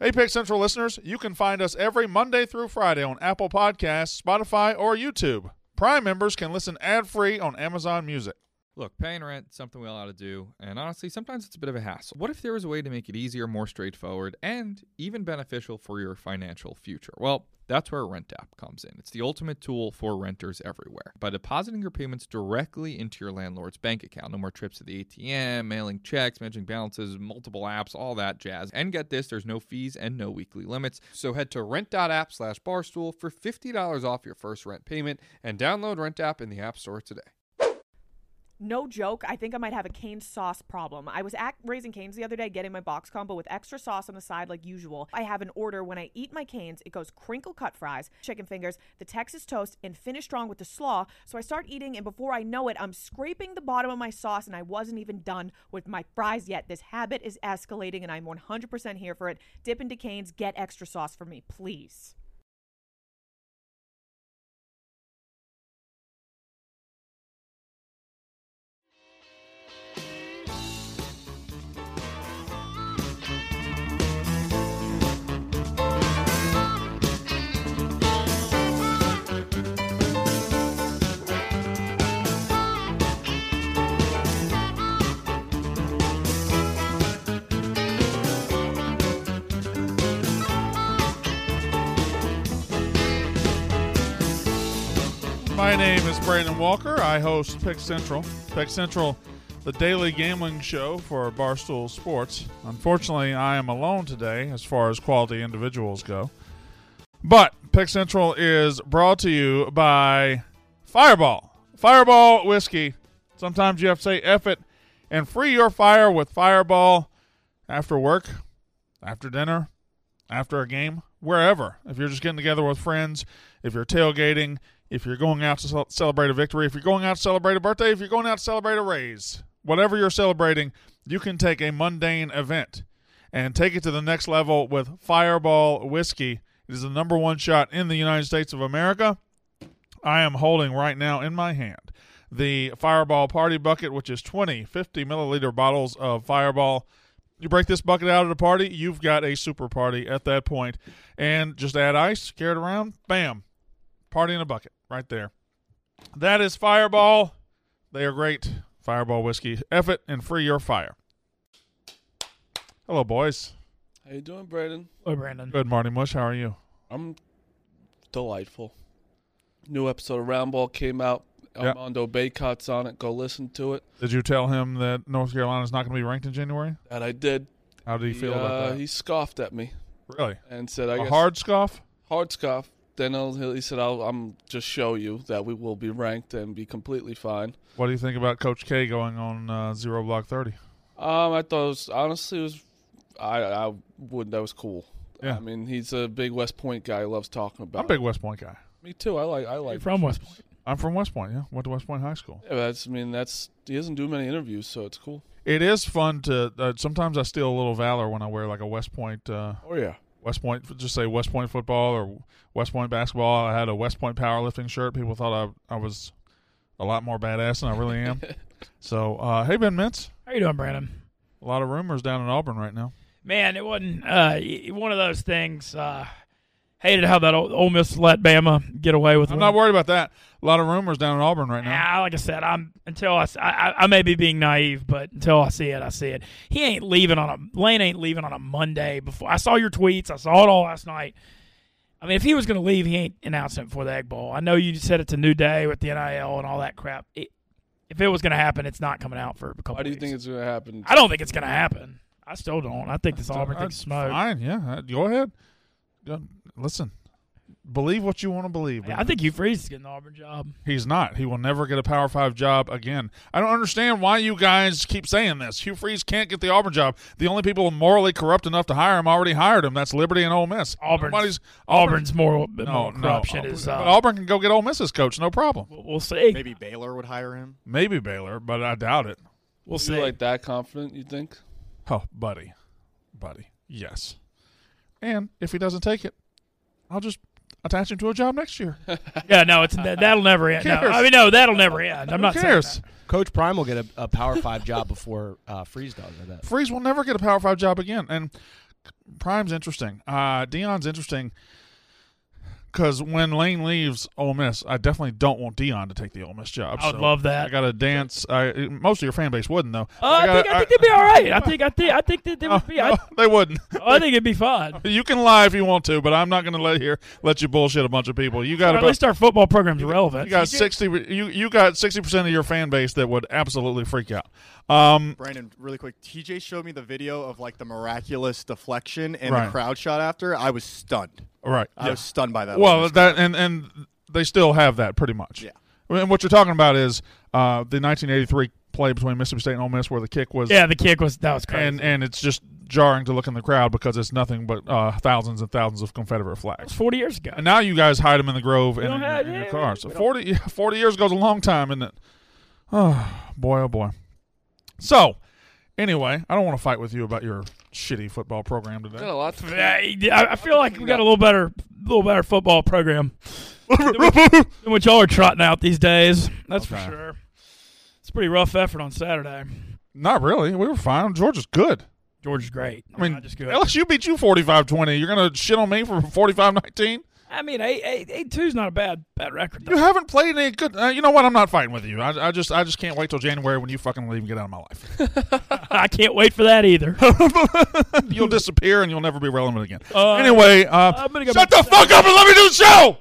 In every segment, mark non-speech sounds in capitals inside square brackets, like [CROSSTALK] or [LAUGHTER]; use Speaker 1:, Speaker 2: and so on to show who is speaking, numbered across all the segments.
Speaker 1: Apex Central listeners, you can find us every Monday through Friday on Apple Podcasts, Spotify, or YouTube. Prime members can listen ad free on Amazon Music.
Speaker 2: Look, paying rent, something we all ought to do, and honestly, sometimes it's a bit of a hassle. What if there was a way to make it easier, more straightforward, and even beneficial for your financial future? Well, that's where Rent App comes in. It's the ultimate tool for renters everywhere. By depositing your payments directly into your landlord's bank account, no more trips to the ATM, mailing checks, managing balances, multiple apps, all that jazz. And get this, there's no fees and no weekly limits. So head to rent.app slash barstool for $50 off your first rent payment and download Rent App in the App Store today.
Speaker 3: No joke, I think I might have a cane sauce problem. I was at Raising Canes the other day getting my box combo with extra sauce on the side, like usual. I have an order when I eat my canes, it goes crinkle cut fries, chicken fingers, the Texas toast, and finish strong with the slaw. So I start eating, and before I know it, I'm scraping the bottom of my sauce, and I wasn't even done with my fries yet. This habit is escalating, and I'm 100% here for it. Dip into canes, get extra sauce for me, please.
Speaker 1: My name is Brandon Walker. I host Pick Central. Pick Central, the daily gambling show for Barstool Sports. Unfortunately, I am alone today as far as quality individuals go. But Pick Central is brought to you by Fireball. Fireball whiskey. Sometimes you have to say F it and free your fire with Fireball after work, after dinner, after a game, wherever. If you're just getting together with friends, if you're tailgating, if you're going out to cel- celebrate a victory, if you're going out to celebrate a birthday, if you're going out to celebrate a raise, whatever you're celebrating, you can take a mundane event and take it to the next level with Fireball Whiskey. It is the number one shot in the United States of America. I am holding right now in my hand the Fireball Party Bucket, which is 20 50 milliliter bottles of Fireball. You break this bucket out at a party, you've got a super party at that point. And just add ice, carry it around, bam, party in a bucket right there. That is Fireball. They are great. Fireball whiskey. F it and free your fire. Hello, boys.
Speaker 4: How you doing, Braden?
Speaker 5: Oh, Brandon.
Speaker 1: Good, Marty Mush. How are you?
Speaker 4: I'm delightful. New episode of Roundball came out.
Speaker 1: Yeah.
Speaker 4: Armando Baycott's on it. Go listen to it.
Speaker 1: Did you tell him that North Carolina is not going to be ranked in January?
Speaker 4: And I did.
Speaker 1: How did he feel
Speaker 4: he,
Speaker 1: about
Speaker 4: uh,
Speaker 1: that?
Speaker 4: He scoffed at me
Speaker 1: Really?
Speaker 4: and said, "I
Speaker 1: A
Speaker 4: guess
Speaker 1: hard scoff?
Speaker 4: hard scoff." Then I'll, he said, "I'll I'm just show you that we will be ranked and be completely fine."
Speaker 1: What do you think about Coach K going on uh, zero block 30?
Speaker 4: Um, I thought it was honestly it was I I would that was cool.
Speaker 1: Yeah.
Speaker 4: I mean he's a big West Point guy. Loves talking about.
Speaker 1: I'm a big West Point guy.
Speaker 4: Me too. I like I
Speaker 5: You're
Speaker 4: like.
Speaker 5: from West Point.
Speaker 1: I'm from West Point, yeah. Went to West Point High School.
Speaker 4: Yeah, that's I mean that's he doesn't do many interviews, so it's cool.
Speaker 1: It is fun to. Uh, sometimes I steal a little valor when I wear like a West Point uh,
Speaker 4: Oh yeah.
Speaker 1: West Point, just say West Point football or West Point basketball. I had a West Point powerlifting shirt. People thought I, I was a lot more badass than I really
Speaker 5: [LAUGHS]
Speaker 1: am. so, uh, hey, Ben Mintz.
Speaker 5: How you doing, Brandon?
Speaker 1: A lot of rumors down in Auburn right now.
Speaker 5: Man, it wasn't uh, y- one of those things. Uh, hated how that old, Ole Miss let Bama get away with.
Speaker 1: I'm
Speaker 5: one.
Speaker 1: not worried about that. A lot of rumors down in Auburn right now.
Speaker 5: Nah, like I said, I'm until I, s- I- I- I may be being naive, but until I see it, I see it. He ain't leaving on a Lane ain't leaving on a Monday before. I saw your tweets. I saw it all last night. I mean, if he was going to leave, he ain't announcing it before the Egg Bowl. I know you said it's a new day with the NIL and all that crap. It, if it was going to happen, it's not coming out for a couple.
Speaker 4: Why do you
Speaker 5: weeks.
Speaker 4: think it's gonna happen?
Speaker 5: I don't think it's going to happen. I still don't. I think this Ah, Auburn
Speaker 1: Uh,
Speaker 5: thing's smoke. I,
Speaker 1: Fine, yeah. uh, Go ahead. Go- Listen, believe what you want to believe.
Speaker 5: I think Hugh Freeze is getting the Auburn job.
Speaker 1: He's not. He will never get a Power Five job again. I don't understand why you guys keep saying this. Hugh Freeze can't get the Auburn job. The only people morally corrupt enough to hire him already hired him. That's Liberty and Ole Miss.
Speaker 5: Auburn's-
Speaker 1: Nobody's-
Speaker 5: Auburn's moral,
Speaker 1: no,
Speaker 5: moral
Speaker 1: no,
Speaker 5: corruption
Speaker 1: Auburn.
Speaker 5: is. Uh,
Speaker 1: but Auburn can go get Ole Miss's coach, no problem.
Speaker 5: we'll see.
Speaker 6: Maybe Baylor would hire him.
Speaker 1: Maybe Baylor, but I doubt it.
Speaker 5: We'll
Speaker 4: You
Speaker 5: see.
Speaker 4: like that confident? You think? [LAUGHS]
Speaker 1: Oh, buddy, buddy, yes. And if he doesn't take it, I'll just attach him to a job next year.
Speaker 5: [LAUGHS] Yeah, no, it's that,
Speaker 1: [LAUGHS]
Speaker 5: that'll never end. No,
Speaker 1: cares?
Speaker 5: I mean, no, that'll never end. I'm
Speaker 1: Who
Speaker 5: not saying
Speaker 1: cares?
Speaker 5: that.
Speaker 6: Coach Prime will get a, a Power Five job before uh, Freeze does. I bet.
Speaker 1: Freeze will never get a Power Five job again. And Prime's interesting. Uh, Dion's interesting because when Lane leaves Ole Miss, I definitely don't want Dion to take the Ole Miss job.
Speaker 5: I would
Speaker 1: so
Speaker 5: love that.
Speaker 1: I got to dance. I, most of your fan base wouldn't though.
Speaker 5: Uh, I,
Speaker 1: gotta- Oh,
Speaker 5: think I think they'd be all right. I think I think I
Speaker 1: [LAUGHS]
Speaker 5: think that they would be. I,
Speaker 1: no, they wouldn't.
Speaker 5: I think it'd be fine.
Speaker 1: You can lie if you want to, but I'm not going to let here let you bullshit a bunch of people. You got
Speaker 5: Or at
Speaker 1: about,
Speaker 5: least our football program's relevant.
Speaker 1: you got sixty you you got sixty percent of your fan base that would absolutely freak out. Um,
Speaker 6: Brandon, really quick. TJ showed me the video of like the miraculous deflection and
Speaker 1: Right.
Speaker 6: the crowd shot after. I was stunned.
Speaker 1: all right.
Speaker 6: I was stunned by that.
Speaker 1: Well,
Speaker 6: one.
Speaker 1: that and and they still have that pretty much.
Speaker 6: Yeah.
Speaker 1: And what you're talking about is uh, the 1983 play between Mississippi State and Ole Miss, where the kick was.
Speaker 5: yeah, the kick was that was crazy.
Speaker 1: And and it's just jarring to look in the crowd because it's nothing but uh, thousands and thousands of Confederate
Speaker 5: It was
Speaker 1: flags.
Speaker 5: forty years ago.
Speaker 1: And now you guys hide them in the grove and in,
Speaker 5: don't have-
Speaker 1: in your
Speaker 5: yeah,
Speaker 1: car.
Speaker 5: we
Speaker 1: So
Speaker 5: don't-
Speaker 1: 40, [LAUGHS] yeah, 40 years goes a long time, isn't it? [SIGHS] Oh boy, oh boy. So anyway, I don't want to fight with you about your shitty football program today.
Speaker 4: Got a lot to
Speaker 5: Yeah, I I feel like we got a little better, little better
Speaker 1: [LAUGHS]
Speaker 5: football program than what y'all are trotting out these days. That's
Speaker 1: Okay.
Speaker 5: for sure. It's a pretty rough effort on Saturday.
Speaker 1: Not really. We were fine. Georgia's good.
Speaker 5: Georgia's great.
Speaker 1: I mean,
Speaker 5: Not just good.
Speaker 1: LSU beat you 45 20. You're going to shit on me for 45 19?
Speaker 5: I mean, eight eight eight two's not a bad bad record.
Speaker 1: You [LAUGHS]
Speaker 5: Though.
Speaker 1: haven't played any good. Uh, you know what? I'm not fighting with you. I, I just I just can't wait till January when you fucking leave and get out of my life. [LAUGHS]
Speaker 5: I can't wait for that either.
Speaker 1: Oh. you'll disappear and you'll never be relevant again.
Speaker 5: Uh,
Speaker 1: anyway, uh,
Speaker 5: I'm gonna go
Speaker 1: shut
Speaker 5: back
Speaker 1: the
Speaker 5: to-
Speaker 1: fuck up and let me do the show!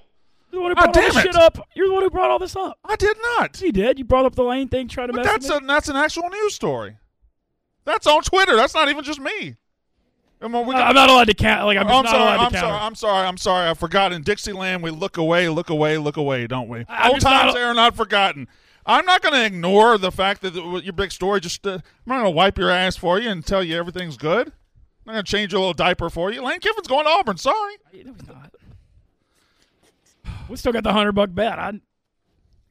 Speaker 5: You're the one who
Speaker 1: Ah,
Speaker 5: brought all this
Speaker 1: damn it.
Speaker 5: shit up. You're the one who brought all this up.
Speaker 1: I did not.
Speaker 5: You did. You brought up the lane thing, trying to
Speaker 1: But
Speaker 5: mess
Speaker 1: that's,
Speaker 5: with
Speaker 1: a, that's an actual news story. That's on Twitter. That's not even just me. Come on, we
Speaker 5: me. I-
Speaker 1: got-
Speaker 5: I'm not allowed to count. Like I'm,
Speaker 1: Oh,
Speaker 5: just
Speaker 1: I'm
Speaker 5: not
Speaker 1: sorry.
Speaker 5: allowed
Speaker 1: I'm
Speaker 5: to
Speaker 1: sorry.
Speaker 5: count.
Speaker 1: I'm sorry. I'm sorry. I forgot. In Dixieland, we look away, look away, look away, don't we?
Speaker 5: I'm
Speaker 1: Old
Speaker 5: just
Speaker 1: times
Speaker 5: not-
Speaker 1: they are not forgotten. I'm not going to ignore the fact that the- your big story just. Uh, I'm not going to wipe your ass for you and tell you everything's good. I'm not going to change your little diaper for you. Lane Kiffin's going to Auburn. Sorry.
Speaker 5: No, he's not. We still got the hundred buck bet. I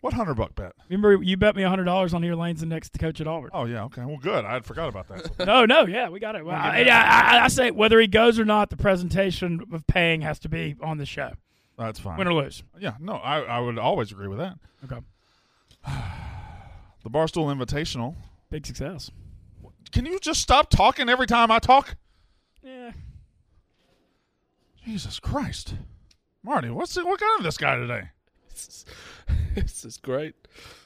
Speaker 1: What hundred buck bet?
Speaker 5: remember you bet me hundred dollars on your lanes the next coach at Auburn.
Speaker 1: Oh yeah. Okay. Well, good. I had forgot about that.
Speaker 5: No, no, yeah, Oh. we got it. Well, I, I, I- I say whether he goes or not, the presentation of paying has to be on the show,
Speaker 1: [LAUGHS] That's fine.
Speaker 5: win or lose.
Speaker 1: Yeah. No. I, I would always agree with that.
Speaker 5: Okay,
Speaker 1: [SIGHS] The Barstool Invitational.
Speaker 5: big success.
Speaker 1: Can you just stop talking every time I talk?
Speaker 5: Yeah,
Speaker 1: Jesus Christ, Marty. What's what kind of this guy today?
Speaker 4: This is great.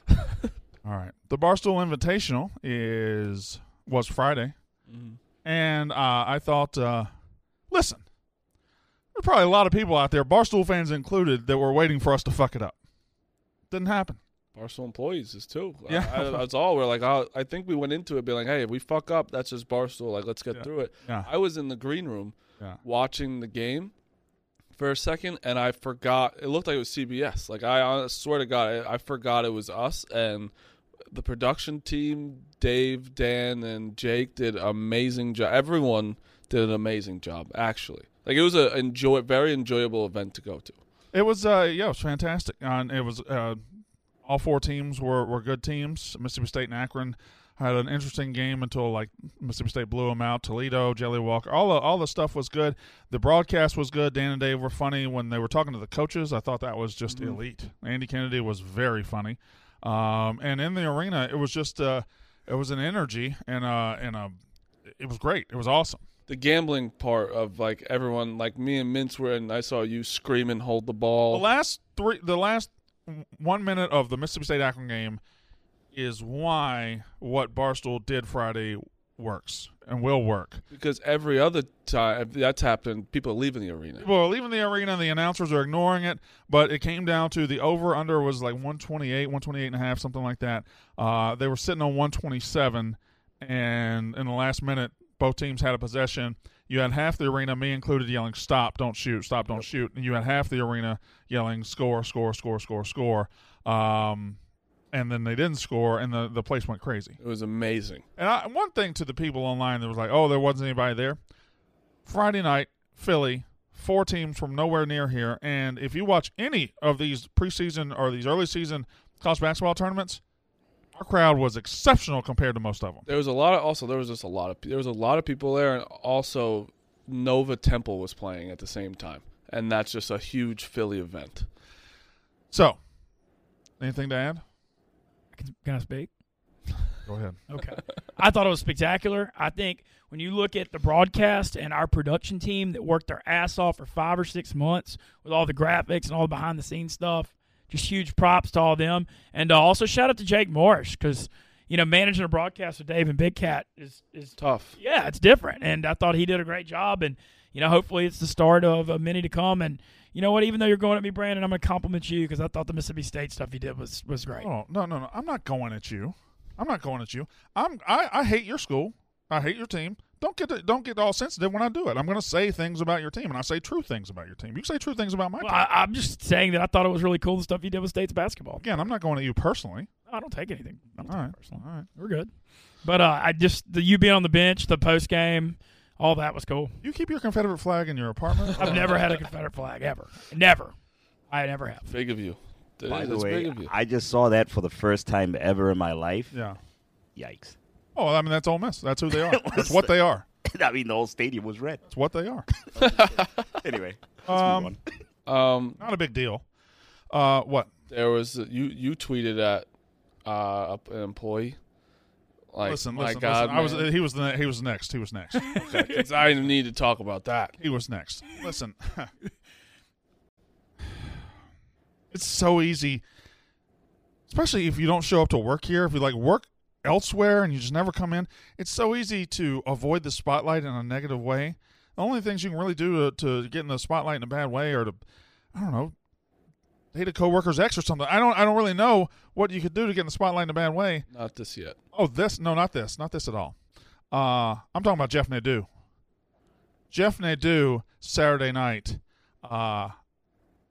Speaker 1: All right. The Barstool Invitational is was Friday, Mm-hmm. and uh, I thought, uh, listen, there's probably a lot of people out there, Barstool fans included, that were waiting for us to fuck it up. Didn't happen.
Speaker 4: Barstool employees is too.
Speaker 1: Yeah.
Speaker 4: I, I, that's all. We're like, I, I think we went into it being like, hey, if we fuck up, that's just Barstool. Like, let's get
Speaker 1: Yeah.
Speaker 4: through it.
Speaker 1: Yeah.
Speaker 4: I was in the green room
Speaker 1: Yeah.
Speaker 4: watching the game for a second, and I forgot. It looked like it was CBS. Like I hon- swear to God, I, I forgot it was us and the production team. Dave, Dan, and Jake did amazing job. Everyone did an amazing job. Actually, like it was a enjoy very enjoyable event to go to.
Speaker 1: It was uh yeah, it was fantastic. Uh, and it was uh all four teams were, were good teams. Mississippi State and Akron had an interesting game until like Mississippi State blew them out. Toledo, Jelly Walker, all the, all the stuff was good. The broadcast was good. Dan and Dave were funny when they were talking to the coaches. I thought that was just elite. Andy Kennedy was very funny. Um and in the arena, it was just uh it was an energy and uh and a it was great. It was awesome.
Speaker 4: the gambling part of like everyone like me and Mints were and I saw you screaming hold the ball.
Speaker 1: The last three, the last w- one minute of the Mississippi State Akron game is why what Barstool did Friday works and will work.
Speaker 4: because every other time that's happened, people are leaving the arena.
Speaker 1: People are leaving the arena, the announcers are ignoring it, but it came down to the over under was like 128, 128 and a half, something like that. Uh, they were sitting on 127, and in the last minute, both teams had a possession. You had half the arena, me included, yelling "Stop! Don't shoot! Stop! Don't shoot!" And you had half the arena yelling "Score! Score! Score! Score! Score!" Um, and then they didn't score, and the the place went crazy.
Speaker 4: It was amazing.
Speaker 1: And I, one thing to the people online that was like, oh, there wasn't anybody there. Friday night, Philly, four teams from nowhere near here. And if you watch any of these preseason or these early season college basketball tournaments, our crowd was exceptional compared to most of them.
Speaker 4: There was a lot of also there was just a lot of there was a lot of people there and also Nova Temple was playing at the same time. And that's just a huge Philly event.
Speaker 1: So, anything to add?
Speaker 5: can, can I speak?
Speaker 1: Go ahead.
Speaker 5: Okay. I thought it was spectacular. I think when you look at the broadcast and our production team that worked their ass off for five or six months with all the graphics and all the behind the scenes stuff, just huge props to all them. And uh, also shout out to Jake Morris because, you know, managing a broadcast with Dave and Big Cat is, is
Speaker 4: Tough.
Speaker 5: yeah, it's different. And I thought he did a great job. And, you know, hopefully it's the start of uh, many to come. And, you know what? Even though you're going at me, Brandon, I'm going to compliment you because I thought the Mississippi State stuff you did was, was great.
Speaker 1: Oh no, no, no! I'm not going at you. I'm not going at you. I'm I, I hate your school. I hate your team. Don't get don't get all sensitive when I do it. I'm going to say things about your team, and I say true things about your team. You say true things about my
Speaker 5: Well,
Speaker 1: team.
Speaker 5: I, I'm just saying that I thought it was really cool the stuff you did with State's basketball.
Speaker 1: Again, I'm not going at you personally.
Speaker 5: I don't take anything. I don't
Speaker 1: All
Speaker 5: take it
Speaker 1: right,
Speaker 5: personal.
Speaker 1: all right.
Speaker 5: We're good. But uh, I just the you being on the bench, the post game, all that was cool.
Speaker 1: You keep your Confederate flag in your
Speaker 7: [LAUGHS]
Speaker 1: apartment. [LAUGHS]
Speaker 5: I've never had a Confederate flag ever. Never. I never have.
Speaker 4: Big of you. It
Speaker 7: By
Speaker 4: is,
Speaker 7: the
Speaker 4: it's big
Speaker 7: way,
Speaker 4: of you.
Speaker 7: I just saw that for the first time ever in my life.
Speaker 1: yeah.
Speaker 7: Yikes.
Speaker 1: Oh, I mean that's Ole Miss. That's who
Speaker 7: [LAUGHS]
Speaker 1: they are. that's
Speaker 7: was-
Speaker 1: what they are.
Speaker 7: I mean, the whole stadium was red.
Speaker 1: That's what
Speaker 7: [LAUGHS]
Speaker 1: they are. [LAUGHS]
Speaker 7: Anyway,
Speaker 1: Um,
Speaker 7: let's move on.
Speaker 4: Um,
Speaker 1: Not a big deal. Uh, what?
Speaker 4: there was you. You tweeted at uh, up an employee. Like,
Speaker 1: listen,
Speaker 4: my
Speaker 1: listen,
Speaker 4: God,
Speaker 1: listen. I was.
Speaker 4: man.
Speaker 1: He was the. He was next. He was next. [LAUGHS]
Speaker 4: [LAUGHS] 'Cause I need to talk about that.
Speaker 1: He was next. Listen, [SIGHS] it's so easy, especially if you don't show up to work here. If you like work elsewhere and you just never come in, it's so easy to avoid the spotlight in a negative way. The only things you can really do to, to get in the spotlight in a bad way, or to, I don't know, hate a coworker's ex or something. I don't. I don't really know what you could do to get in the spotlight in a bad way.
Speaker 4: Not this yet.
Speaker 1: Oh, this? No, not this. Not this at all. Uh, I'm talking about Jeff Nadeau. Jeff Nadeau, Saturday night. Uh,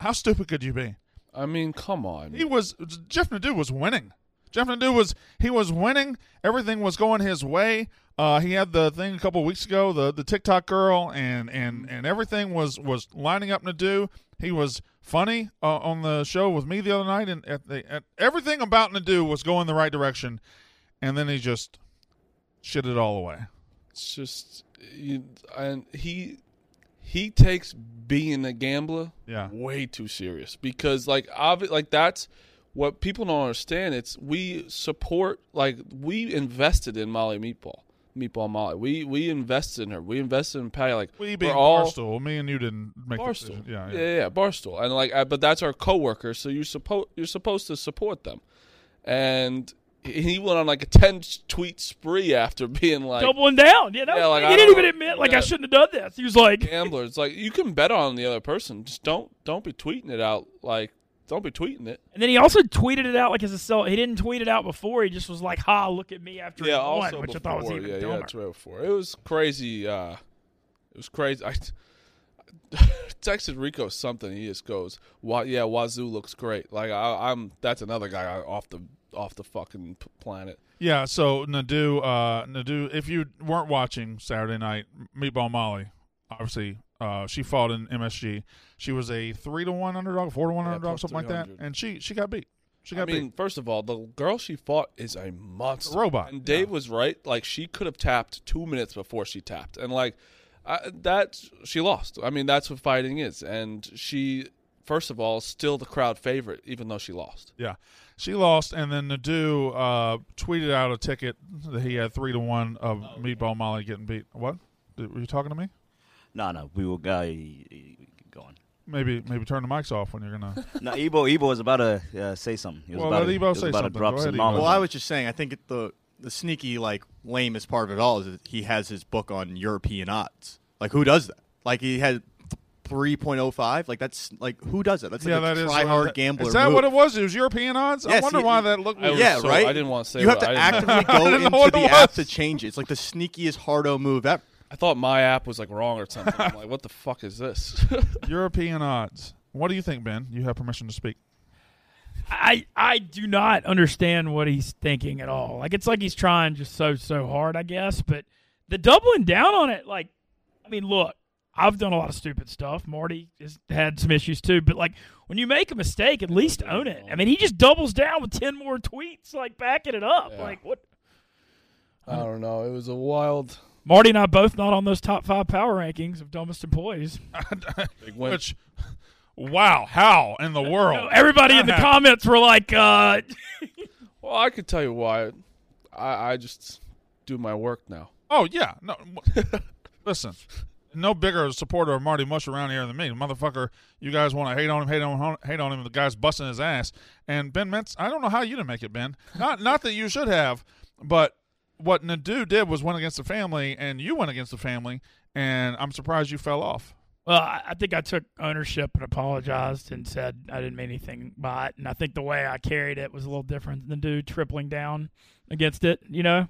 Speaker 1: how stupid could you be?
Speaker 4: I mean, come on.
Speaker 1: He was Jeff Nadeau was winning. Jeff Nadeau was he was winning. Everything was going his way. Uh, he had the thing a couple weeks ago, the the TikTok girl, and and and everything was was lining up Nadeau. He was funny uh, on the show with me the other night, and at the, at everything about Nadeau was going the right direction, and then he just shit it all away.
Speaker 4: it's just you, and he he takes being a gambler
Speaker 1: Yeah.
Speaker 4: way too serious because like obvi- like that's what people don't understand it's we support like we invested in Molly Meatball Meatball Molly we we invested in her we invested in Patty like
Speaker 1: We
Speaker 4: we're
Speaker 1: being
Speaker 4: all-
Speaker 1: Barstool, me and you didn't make the
Speaker 4: Barstool
Speaker 1: decision. Yeah,
Speaker 4: yeah
Speaker 1: yeah.
Speaker 4: yeah Barstool and like I, but that's our coworker so you're supposed you're supposed to support them and he went on like a 10 tweet spree after [LAUGHS] being
Speaker 1: [LAUGHS]
Speaker 4: like
Speaker 5: Doubling down. Yeah, that
Speaker 4: Yeah,
Speaker 5: was-
Speaker 4: like,
Speaker 5: he
Speaker 4: I
Speaker 5: didn't
Speaker 4: don't-
Speaker 5: even admit like
Speaker 4: yeah.
Speaker 5: I shouldn't have done this. He was like
Speaker 4: gambler. It's like you can bet on the other person. Just don't don't be tweeting it out. Like don't be tweeting it.
Speaker 5: and then he also tweeted it out like as a cell he didn't tweet it out before, he just was like, Ha, look at me after he won, which I thought was even
Speaker 4: yeah, yeah,
Speaker 5: dumber.
Speaker 4: it's right before. It was crazy. Uh, it was crazy. I [LAUGHS] texted Rico something. He just goes, "Why? Yeah, Wazoo looks great." Like I, I'm. That's another guy I- off the off the fucking p- planet.
Speaker 1: Yeah, so Nadu, uh, Nadu, if you weren't watching Saturday night, Meatball Molly, obviously, uh, she fought in MSG. She was a three to one underdog, four to one
Speaker 4: Yeah,
Speaker 1: underdog,
Speaker 4: plus
Speaker 1: something like that,
Speaker 4: 300.
Speaker 1: and she she got beat. She
Speaker 4: I
Speaker 1: got
Speaker 4: mean, first of all, the girl she fought is a monster,
Speaker 1: A robot,
Speaker 4: And Dave was right; like she could have tapped two minutes before she tapped, and like I, that, she lost. I mean, that's what fighting is. And she, first of all, is still the crowd favorite, even though she lost.
Speaker 1: beat. Yeah, she lost, and then Nadu uh, tweeted out a ticket that he had three to one of
Speaker 4: Oh,
Speaker 1: Meatball Molly getting beat. What? Did- Were you talking to me?
Speaker 7: No, no, we will go. Go on.
Speaker 1: Maybe maybe turn the mics off when you're gonna.
Speaker 7: No, Ebo, Ebo was about to uh, say something. He was
Speaker 1: Well,
Speaker 7: about
Speaker 1: let
Speaker 7: to,
Speaker 1: Ebo
Speaker 7: he was
Speaker 1: say
Speaker 7: about
Speaker 1: something.
Speaker 7: To drop
Speaker 1: Go
Speaker 7: some
Speaker 1: ahead, Ebo.
Speaker 7: knowledge.
Speaker 6: Well, I was just saying, I think it- the the sneaky like lamest part of it all is that he has his book on European odds. Like who does that? Like he had. 3.05 like that's like who does it that's like
Speaker 1: yeah,
Speaker 6: a
Speaker 1: that is
Speaker 6: try hard
Speaker 1: that-
Speaker 6: gambler
Speaker 1: Is that what
Speaker 6: move.
Speaker 1: it was? It was European odds. I
Speaker 6: Yes,
Speaker 1: wonder
Speaker 6: you-
Speaker 1: why that looked.
Speaker 4: I was
Speaker 6: yeah,
Speaker 4: so-
Speaker 6: right.
Speaker 4: I didn't wanna say
Speaker 6: You have
Speaker 4: what-
Speaker 6: to
Speaker 4: I didn't-
Speaker 6: actively
Speaker 1: [LAUGHS] I
Speaker 6: go
Speaker 1: didn't know
Speaker 6: into
Speaker 1: what
Speaker 6: the
Speaker 1: it
Speaker 6: app to
Speaker 1: was.
Speaker 6: change it. It's like the sneakiest hardo move ever.
Speaker 4: [LAUGHS] I thought my app was like wrong or something. I'm like, what the fuck is this?
Speaker 1: European odds. What do you think, Ben? You have permission to speak.
Speaker 5: I I do not understand what he's thinking at all. Like it's like he's trying just so so hard, I guess. But the doubling down on it, like, I mean, look, I've done a lot of stupid stuff. Marty has had some issues too. But like when you make a mistake, at least own it. I mean, he just doubles down with ten more tweets, like backing it up.
Speaker 4: Yeah.
Speaker 5: Like what?
Speaker 4: I don't know. It was a wild.
Speaker 5: Marty and I both not on those top five power rankings of dumbest employees.
Speaker 4: Big win.
Speaker 1: Which, [LAUGHS] wow, how in the world?
Speaker 5: Everybody in the comments were like, uh,
Speaker 4: well, I could tell you why. I, I just do my work now.
Speaker 1: Oh yeah, no. w- Listen, no bigger supporter of Marty Mush around here than me, motherfucker. You guys want to hate on him, hate on him, hate on him. The guy's busting his ass. And Ben Mintz, I don't know how you didn't make it, Ben. Not not that you should have, but what Nadu did was went against the family, and you went against the family, and I'm surprised you fell off.
Speaker 5: Well, I I think I took ownership and apologized and said I didn't mean anything by it. And I think the way I carried it was a little different than dude tripling down against it, you know?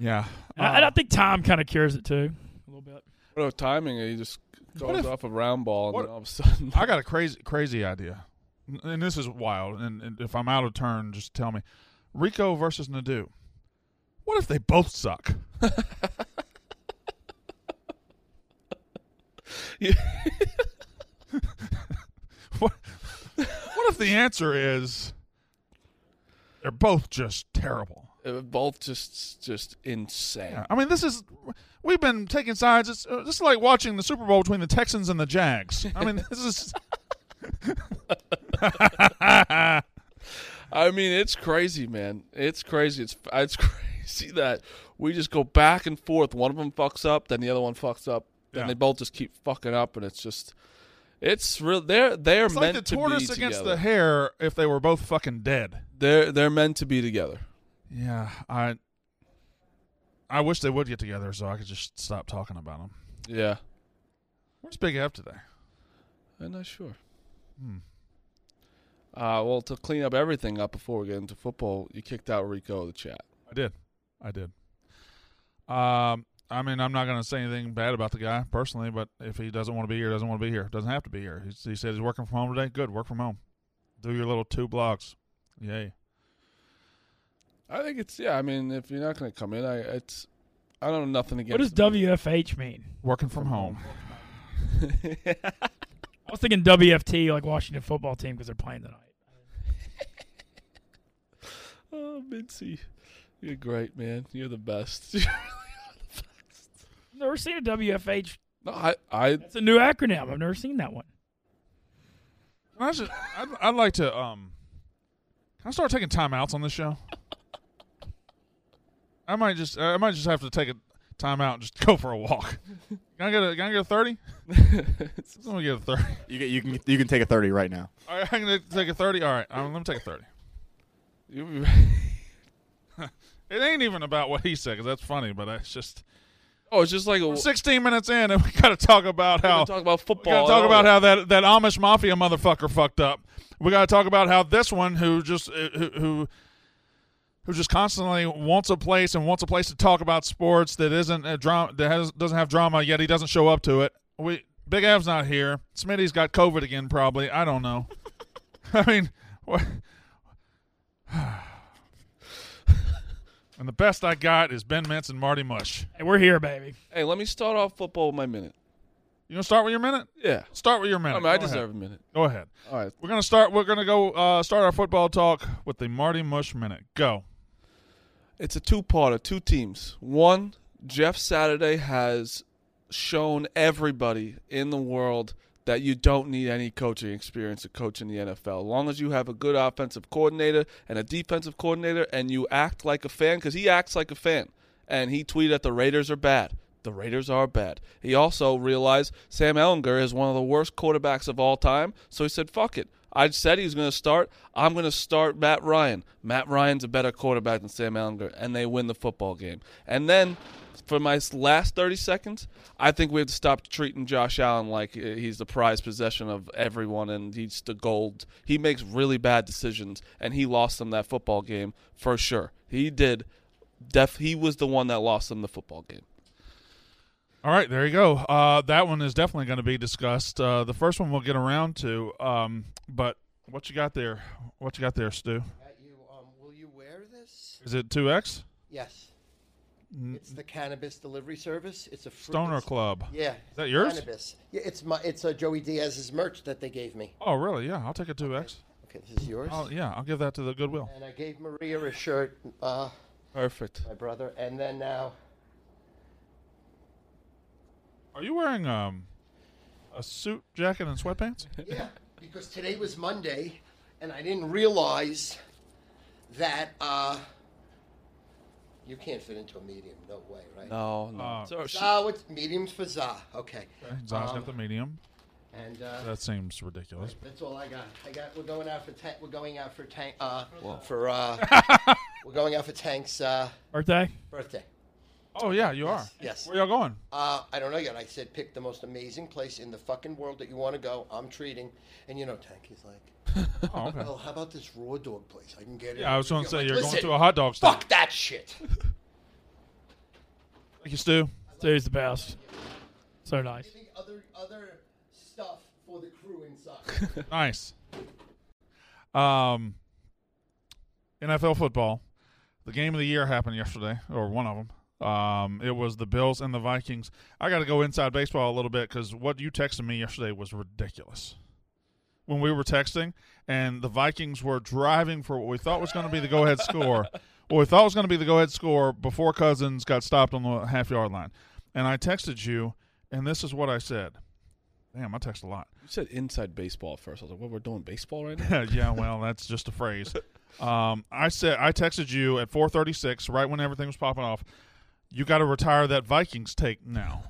Speaker 1: Yeah.
Speaker 5: And, I, and I think time kind of cures it too. A little bit.
Speaker 4: What about timing? He just
Speaker 1: What
Speaker 4: goes
Speaker 1: if-
Speaker 4: off a round ball, and
Speaker 1: what-
Speaker 4: then all of a [LAUGHS] sudden,
Speaker 1: I got a crazy crazy idea, N- and this is wild. And, and if I'm out of turn, just tell me. Rico versus Nadu. What if they both suck? [LAUGHS] what, what if the answer is they're both just terrible?
Speaker 4: Uh, both just just insane.
Speaker 1: Yeah, I mean, this is we've been taking sides. It's uh, this is like watching the Super Bowl between the Texans and the Jags. I mean, this is [LAUGHS]
Speaker 4: I mean, it's crazy, man. It's crazy. It's [LAUGHS] it's crazy that we just go back and forth. One of them fucks up, then the other one fucks up, then
Speaker 1: Yeah.
Speaker 4: they both just keep fucking up, and it's just, it's real. They're they're
Speaker 1: It's like
Speaker 4: meant
Speaker 1: the tortoise
Speaker 4: to be
Speaker 1: against the
Speaker 4: together.
Speaker 1: hare if they were both fucking dead.
Speaker 4: They're they're meant to be together.
Speaker 1: Yeah, I I wish they would get together so I could just stop talking about them.
Speaker 4: Yeah,
Speaker 1: Where's Big F today?
Speaker 4: I'm not sure.
Speaker 1: Hmm.
Speaker 4: Uh, well, to clean up everything up before we get into football, you kicked out Rico of the chat.
Speaker 1: I did. I did. Um, I mean, I'm not going to say anything bad about the guy personally, but if he doesn't want to be here, doesn't want to be here. Doesn't have to be here. He's, he said he's working from home today. Good, work from home. Do your little two blocks. Yay.
Speaker 4: I think it's yeah. I mean, if you're not going to come in, I it's I don't know nothing against.
Speaker 5: What does
Speaker 4: him.
Speaker 5: WFH mean?
Speaker 1: Working from
Speaker 4: [LAUGHS]
Speaker 1: home.
Speaker 5: I was thinking WFT, like Washington football team, because they're playing tonight.
Speaker 4: Oh, Mincy, you're great, man. You're the best. [LAUGHS]
Speaker 5: I've never seen a WFH.
Speaker 4: no, I, I,
Speaker 5: That's a new acronym. I've never seen that one.
Speaker 1: Can I just, I'd, I'd like to. Um, can I start taking timeouts on this show? I might just. I might just have to take a timeout and just [LAUGHS] go for a walk. Can I get a? Can I get a thirty? I'm gonna get a thirty.
Speaker 6: You, get, you can you can take a thirty right now.
Speaker 1: All right, I'm gonna take a thirty. All right, I'm, let me take a thirty.
Speaker 4: you,
Speaker 1: It ain't even about what he said 'cause that's funny, but it's just
Speaker 4: oh, it's just like a,
Speaker 1: we're
Speaker 4: we're
Speaker 1: 16 minutes in and we gotta talk about
Speaker 4: gonna
Speaker 1: how
Speaker 4: talk about
Speaker 1: We
Speaker 4: football.
Speaker 1: gotta talk
Speaker 4: and
Speaker 1: about
Speaker 4: all
Speaker 1: how that, that Amish mafia motherfucker fucked up. We gotta talk about how this one who just uh, who who, who just constantly wants a place and wants a place to talk about sports that isn't a drama that has, doesn't have drama yet he doesn't show up to it. We Big Av's not here. Smitty's got COVID again probably. I don't know. [LAUGHS] I mean, what? [SIGHS] and the best I got is Ben Mintz and Marty Mush.
Speaker 5: Hey, we're here, baby.
Speaker 4: Hey, let me start off football with my minute.
Speaker 1: You gonna start with your minute?
Speaker 4: Yeah,
Speaker 1: Start with your minute.
Speaker 4: I mean, I
Speaker 1: Go ahead.
Speaker 4: deserve a minute.
Speaker 1: Go ahead.
Speaker 4: All right,
Speaker 1: We're gonna start. We're gonna go uh, start our football talk with the Marty Mush minute. Go.
Speaker 4: It's a two-parter, two teams. One, Jeff Saturday has shown everybody in the world that you don't need any coaching experience to coach in the NFL. As long as you have a good offensive coordinator and a defensive coordinator and you act like a fan cuz he acts like a fan and he tweeted that the Raiders are bad. The Raiders are bad. He also realized Sam Ellinger is one of the worst quarterbacks of all time, so he said, "Fuck it. I said he was going to start. I'm going to start Matt Ryan. Matt Ryan's a better quarterback than Sam Ellinger, and they win the football game. And then, for my s- last 30 seconds, I think we have to stop treating Josh Allen like uh, he's the prized possession of everyone and he's the gold. He makes really bad decisions, and he lost them that football game for sure. He did. Def, he was the one that lost them the football game.
Speaker 1: All right, there you go. Uh, that one is definitely going to be discussed. Uh, the first one we'll get around to. Um, but what you got there? What you got there, Stu?
Speaker 8: at you. Um, will you wear this?
Speaker 1: Is it two X?
Speaker 8: Yes. It's the cannabis delivery service. It's a free,
Speaker 1: Stoner
Speaker 8: it's-
Speaker 1: Club.
Speaker 8: Yeah.
Speaker 1: Is that yours?
Speaker 8: Cannabis. Yeah, it's my. It's uh, Joey Diaz's merch that they gave me.
Speaker 1: Oh, really? Yeah, I'll take a two X.
Speaker 8: Okay, this is yours.
Speaker 1: Oh, yeah, I'll give that to the Goodwill.
Speaker 8: And I gave Maria a shirt, uh,
Speaker 4: Perfect.
Speaker 8: my brother, and then
Speaker 1: [LAUGHS]
Speaker 8: now
Speaker 1: Are you wearing um a suit jacket and sweatpants?
Speaker 8: yeah, because today was Monday, and I didn't realize that uh, You can't fit into a medium, no way, right?
Speaker 4: No, no.
Speaker 1: Uh,
Speaker 4: so she,
Speaker 8: So it's mediums for za. Okay.
Speaker 1: Zah's
Speaker 8: [LAUGHS] Um,
Speaker 1: got the medium.
Speaker 8: And uh,
Speaker 1: That seems ridiculous.
Speaker 8: That's all I got. I got. We're going out for tank. We're going out for tank. Uh,
Speaker 1: [LAUGHS]
Speaker 8: for uh, we're going out for Tank's uh,
Speaker 5: Birthday?
Speaker 8: birthday.
Speaker 1: Oh yeah, you are.
Speaker 8: Yes.
Speaker 1: Where y'all going?
Speaker 8: Uh, I don't know yet. I said pick the most amazing place in the fucking world that you want to go. I'm treating, and you know Tank is
Speaker 1: [LAUGHS]
Speaker 8: like,
Speaker 1: Oh,
Speaker 8: [LAUGHS]
Speaker 1: okay.
Speaker 8: well, how about this raw dog place? I can get it.
Speaker 1: Yeah, I was going
Speaker 8: I'm
Speaker 1: to say
Speaker 8: like,
Speaker 1: you're going
Speaker 8: "Listen,
Speaker 1: to a hot dog stand.
Speaker 8: Fuck that shit.
Speaker 1: [LAUGHS] Thank you, Stu.
Speaker 5: Dude's the best. So nice.
Speaker 8: Giving other other stuff for the crew inside.
Speaker 1: Nice. Um, NFL football. The game of the year happened yesterday, or one of them. Um, it was the Bills and the Vikings. I got to go inside baseball a little bit because what you texted me yesterday was ridiculous. When we were texting, and the Vikings were driving for what we thought was going to be the go-ahead score, [LAUGHS] what we thought was going to be the go-ahead score before Cousins got stopped on the half-yard line, and I texted you, and this is what I said. Damn, I text a lot.
Speaker 4: you said inside baseball first. I was like, what, we're doing baseball right
Speaker 1: [LAUGHS]
Speaker 4: now?
Speaker 1: yeah, well, that's just a phrase. Um, I said I texted you at 4:36, right when everything was popping off. You got to retire that Vikings take now,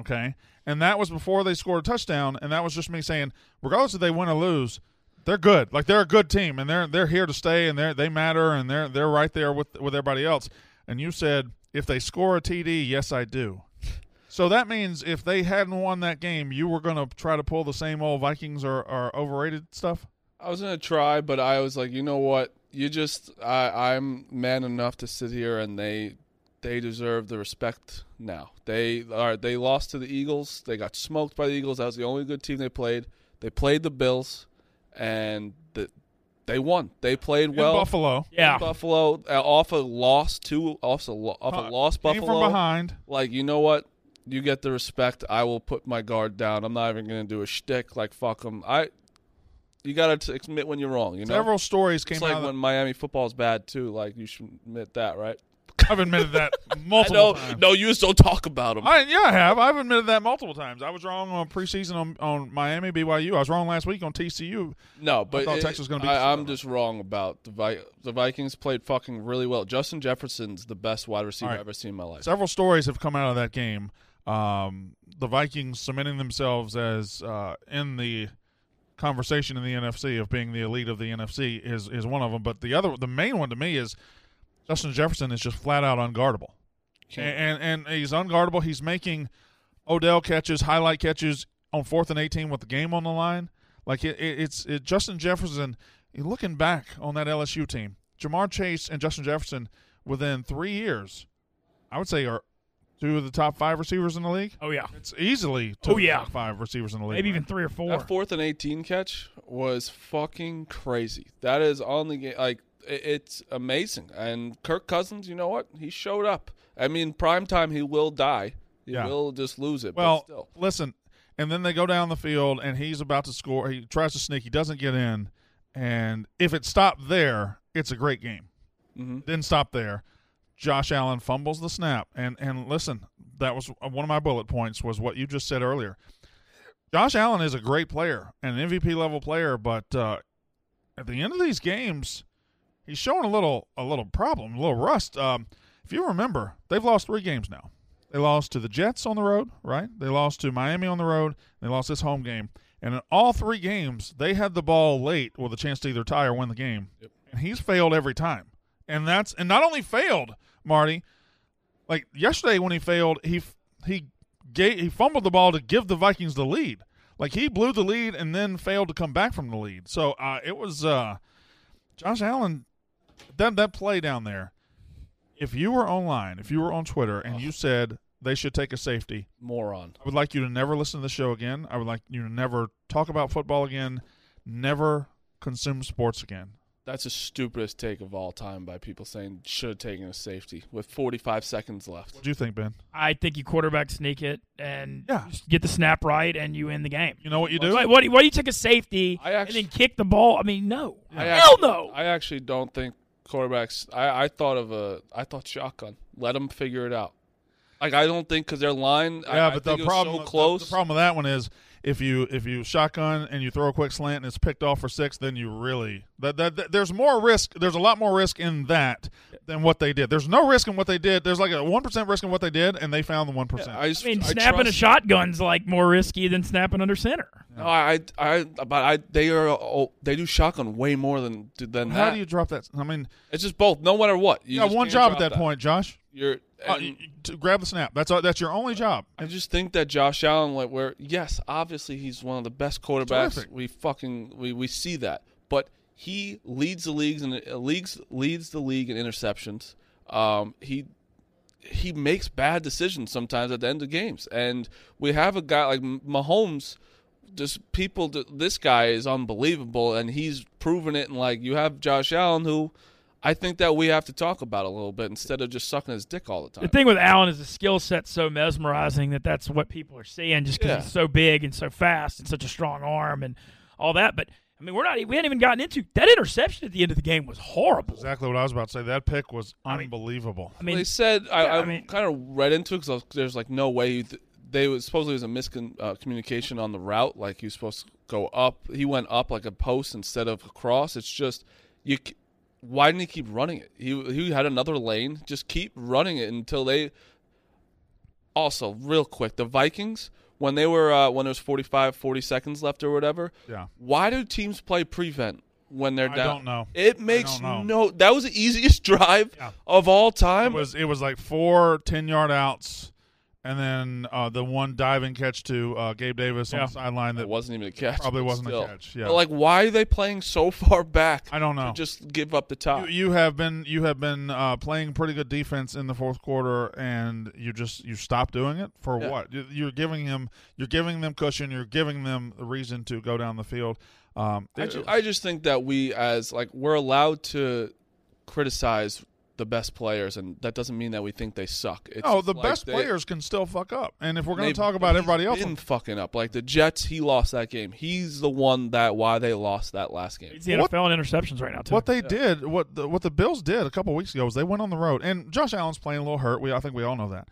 Speaker 1: okay? And that was before they scored a touchdown, and that was just me saying, regardless if they win or lose, they're good. Like they're a good team, and they're they're here to stay, and they they matter, and they're they're right there with with everybody else. And you said if they score a TD, yes, I do. So that means if they hadn't won that game, you were going to try to pull the same old Vikings or, or overrated stuff.
Speaker 4: I was gonna try, but I was like, you know what? You just, I, I'm man enough to sit here, and they, they deserve the respect now. They are. They lost to the Eagles. They got smoked by the Eagles. That was the only good team they played. They played the Bills, and the, they won. They played
Speaker 1: In
Speaker 4: well.
Speaker 1: Buffalo.
Speaker 5: Yeah.
Speaker 4: Buffalo uh, off a loss, two off a, lo- off a
Speaker 1: Uh,
Speaker 4: loss.
Speaker 1: Came
Speaker 4: Buffalo
Speaker 1: from behind.
Speaker 4: like you know what you get the respect i will put my guard down i'm not even gonna do a shtick like fuck them i you gotta t- admit when you're wrong you know
Speaker 1: Several stories came
Speaker 4: it's like
Speaker 1: out.
Speaker 4: when
Speaker 1: of-
Speaker 4: miami football's bad too like you should admit that right
Speaker 1: I've admitted that
Speaker 4: [LAUGHS] i
Speaker 1: multiple
Speaker 4: know
Speaker 1: times.
Speaker 4: no you just don't talk about them
Speaker 1: I, yeah, I have. I've admitted that multiple times. I was wrong on preseason on, on Miami, BYU. I was wrong last week on TCU.
Speaker 4: no but
Speaker 1: thought
Speaker 4: it-
Speaker 1: Texas was gonna beat the shit
Speaker 4: I,
Speaker 1: out
Speaker 4: i'm
Speaker 1: of 'em.
Speaker 4: just wrong about the, Vi- the vikings played fucking really well justin jefferson's the best wide receiver
Speaker 1: All right.
Speaker 4: i've ever seen in my life
Speaker 1: Several stories have come out of that game. Um, the Vikings cementing themselves as uh, in the conversation in the NFC of being the elite of the NFC is is one of them. But the other, the main one to me is Justin Jefferson is just flat out unguardable. And, and and he's unguardable. He's making Odell catches, highlight catches on fourth and eighteen with the game on the line. Like it, it, it's it, Justin Jefferson. you're Looking back on that LSU team, Jamar Chase and Justin Jefferson, within three years, I would say are two of the top five receivers in the league.
Speaker 5: Oh, yeah.
Speaker 1: It's easily two
Speaker 5: Oh,
Speaker 1: of the
Speaker 5: yeah.
Speaker 1: top five receivers in the league.
Speaker 5: Maybe
Speaker 1: right?
Speaker 5: even three or four.
Speaker 4: That fourth and eighteen catch was fucking crazy. That is on the game. Like i- it's amazing. And Kirk Cousins, you know what? He showed up. I mean, prime time, he will die. He
Speaker 1: Yeah.
Speaker 4: will just lose it.
Speaker 1: Well,
Speaker 4: but still.
Speaker 1: listen, and then they go down the field, and he's about to score. He tries to sneak. He doesn't get in, and if it stopped there, it's a great game.
Speaker 5: Mm-hmm.
Speaker 4: Mhm.
Speaker 1: Didn't stop there. Josh Allen fumbles the snap, and and listen, that was uh, one of my bullet points was what you just said earlier. Josh Allen is a great player, an MVP level player, but uh, at the end of these games, he's showing a little a little problem, a little rust. Um, if you remember, they've lost three games now. They lost to the Jets on the road, right? They lost to Miami on the road. They lost this home game, and in all three games, they had the ball late with a chance to either tie or win the game. And he's failed every time, and that's and not only failed, Marty. Like yesterday when he failed, he f- he gave, he fumbled the ball to give the Vikings the lead. Like he blew the lead and then failed to come back from the lead. So uh, it was uh, Josh Allen that that play down there. If you were online, if you were on Twitter, and you said they should take a safety,
Speaker 4: moron.
Speaker 1: I would like you to never listen to the show again. I would like you to never talk about football again, never consume sports again.
Speaker 4: That's the stupidest take of all time by people saying should have taken a safety with 45 seconds left.
Speaker 1: What do you think, Ben?
Speaker 5: I think you quarterback sneak it and
Speaker 1: Yeah.
Speaker 5: just get the snap right and you win the game.
Speaker 1: You know what you do?
Speaker 5: Why, why, do you- why do you take a safety
Speaker 4: I actu-
Speaker 5: and then kick the ball? I mean, no.
Speaker 4: I
Speaker 5: Hell
Speaker 4: actu-
Speaker 5: no.
Speaker 4: I actually don't think quarterbacks. I, I thought of a. I thought shotgun. Let them figure it out. Like I don't think because their line. I,
Speaker 1: Yeah,
Speaker 4: I
Speaker 1: but
Speaker 4: think
Speaker 1: the
Speaker 4: it was
Speaker 1: problem
Speaker 4: so close.
Speaker 1: The, the problem with that one is if you if you shotgun and you throw a quick slant and it's picked off for six, then you really that, that, that- there's more risk. There's a lot more risk in that than what they did. There's no risk in what they did. There's like a one percent risk in what they did, and they found the one percent.
Speaker 4: I, just,
Speaker 5: I mean, snapping a
Speaker 4: trust-
Speaker 5: shotgun's like more risky than snapping under center.
Speaker 4: No, I, I, I- but I, they are, oh, they do shotgun way more than than
Speaker 1: How
Speaker 4: that.
Speaker 1: do you drop that? I mean,
Speaker 4: It's just both, no matter what.
Speaker 1: you
Speaker 4: just
Speaker 1: got one
Speaker 4: can't
Speaker 1: job
Speaker 4: drop
Speaker 1: at that, point, Josh.
Speaker 4: You're,
Speaker 1: Uh,
Speaker 4: and-
Speaker 1: you- you- to grab the snap. That's all, that's your only job.
Speaker 4: I just think that Josh Allen, like, where yes, obviously he's one of the best quarterbacks.
Speaker 1: Terrific.
Speaker 4: We fucking we, we see that, but he leads the leagues and leagues leads the league in interceptions. Um, he he makes bad decisions sometimes at the end of games, and we have a guy like Mahomes. Just people, this guy is unbelievable, and he's proven it. And like you have Josh Allen, who I think that we have to talk about a little bit instead of just sucking his dick all the time.
Speaker 5: The thing with Allen is the skill set's so mesmerizing that that's what people are seeing just because
Speaker 4: Yeah.
Speaker 5: he's so big and so fast and such a strong arm and all that. But I mean, we're not e, we hadn't even gotten into that interception at the end of the game was horrible.
Speaker 1: Exactly what I was about to say. That pick was unbelievable.
Speaker 5: I mean,
Speaker 4: they said I,
Speaker 5: yeah, I
Speaker 4: I,
Speaker 5: mean-
Speaker 4: kind of read into it because there's like no way he th- they was supposedly it was a miscommunication uh, communication on the route. Like he was supposed to go up, he went up like a post instead of across. It's just you. c- Why didn't he keep running it? He he had another lane. Just keep running it until they. Also, real quick, the Vikings when they were uh, when there was 45, 40 seconds left or whatever.
Speaker 1: Yeah.
Speaker 4: Why do teams play prevent when they're
Speaker 1: I
Speaker 4: down?
Speaker 1: don't know.
Speaker 4: It
Speaker 1: I
Speaker 4: makes
Speaker 1: don't know.
Speaker 4: no. That was the easiest [LAUGHS] drive
Speaker 1: Yeah.
Speaker 4: of all time.
Speaker 1: It was it was like four 10 yard outs, and then uh, the one diving catch to uh, Gabe Davis on the sideline that
Speaker 4: It wasn't even a catch.
Speaker 1: probably
Speaker 4: but
Speaker 1: wasn't a
Speaker 4: still.
Speaker 1: catch, yeah.
Speaker 4: But, like, why are they playing so [LAUGHS] far back?
Speaker 1: I don't know.
Speaker 4: To just give up the top.
Speaker 1: you, you have been you have been uh, playing pretty good defense in the fourth quarter, and you just you stop doing it for
Speaker 4: Yeah.
Speaker 1: what? You, you're giving him you're giving them cushion. You're giving them a reason to go down the field. Um,
Speaker 4: I,
Speaker 1: it-
Speaker 4: ju- I just think that we, as like, we're allowed to criticize the best players, and that doesn't mean that we think they suck. It's
Speaker 1: no, Oh, the
Speaker 4: like
Speaker 1: best
Speaker 4: they-
Speaker 1: players can still fuck up, and if we're going
Speaker 4: they've-
Speaker 1: to talk about
Speaker 4: he's
Speaker 1: everybody else,
Speaker 4: been fucking up. Like the Jets, he lost that game. He's the one that why they lost that last game.
Speaker 5: it's the
Speaker 1: what-
Speaker 5: NFL in interceptions right now too.
Speaker 1: What they did, what the, what the Bills did a couple weeks ago was they went on the road, and Josh Allen's playing a little hurt. We I think we all know that.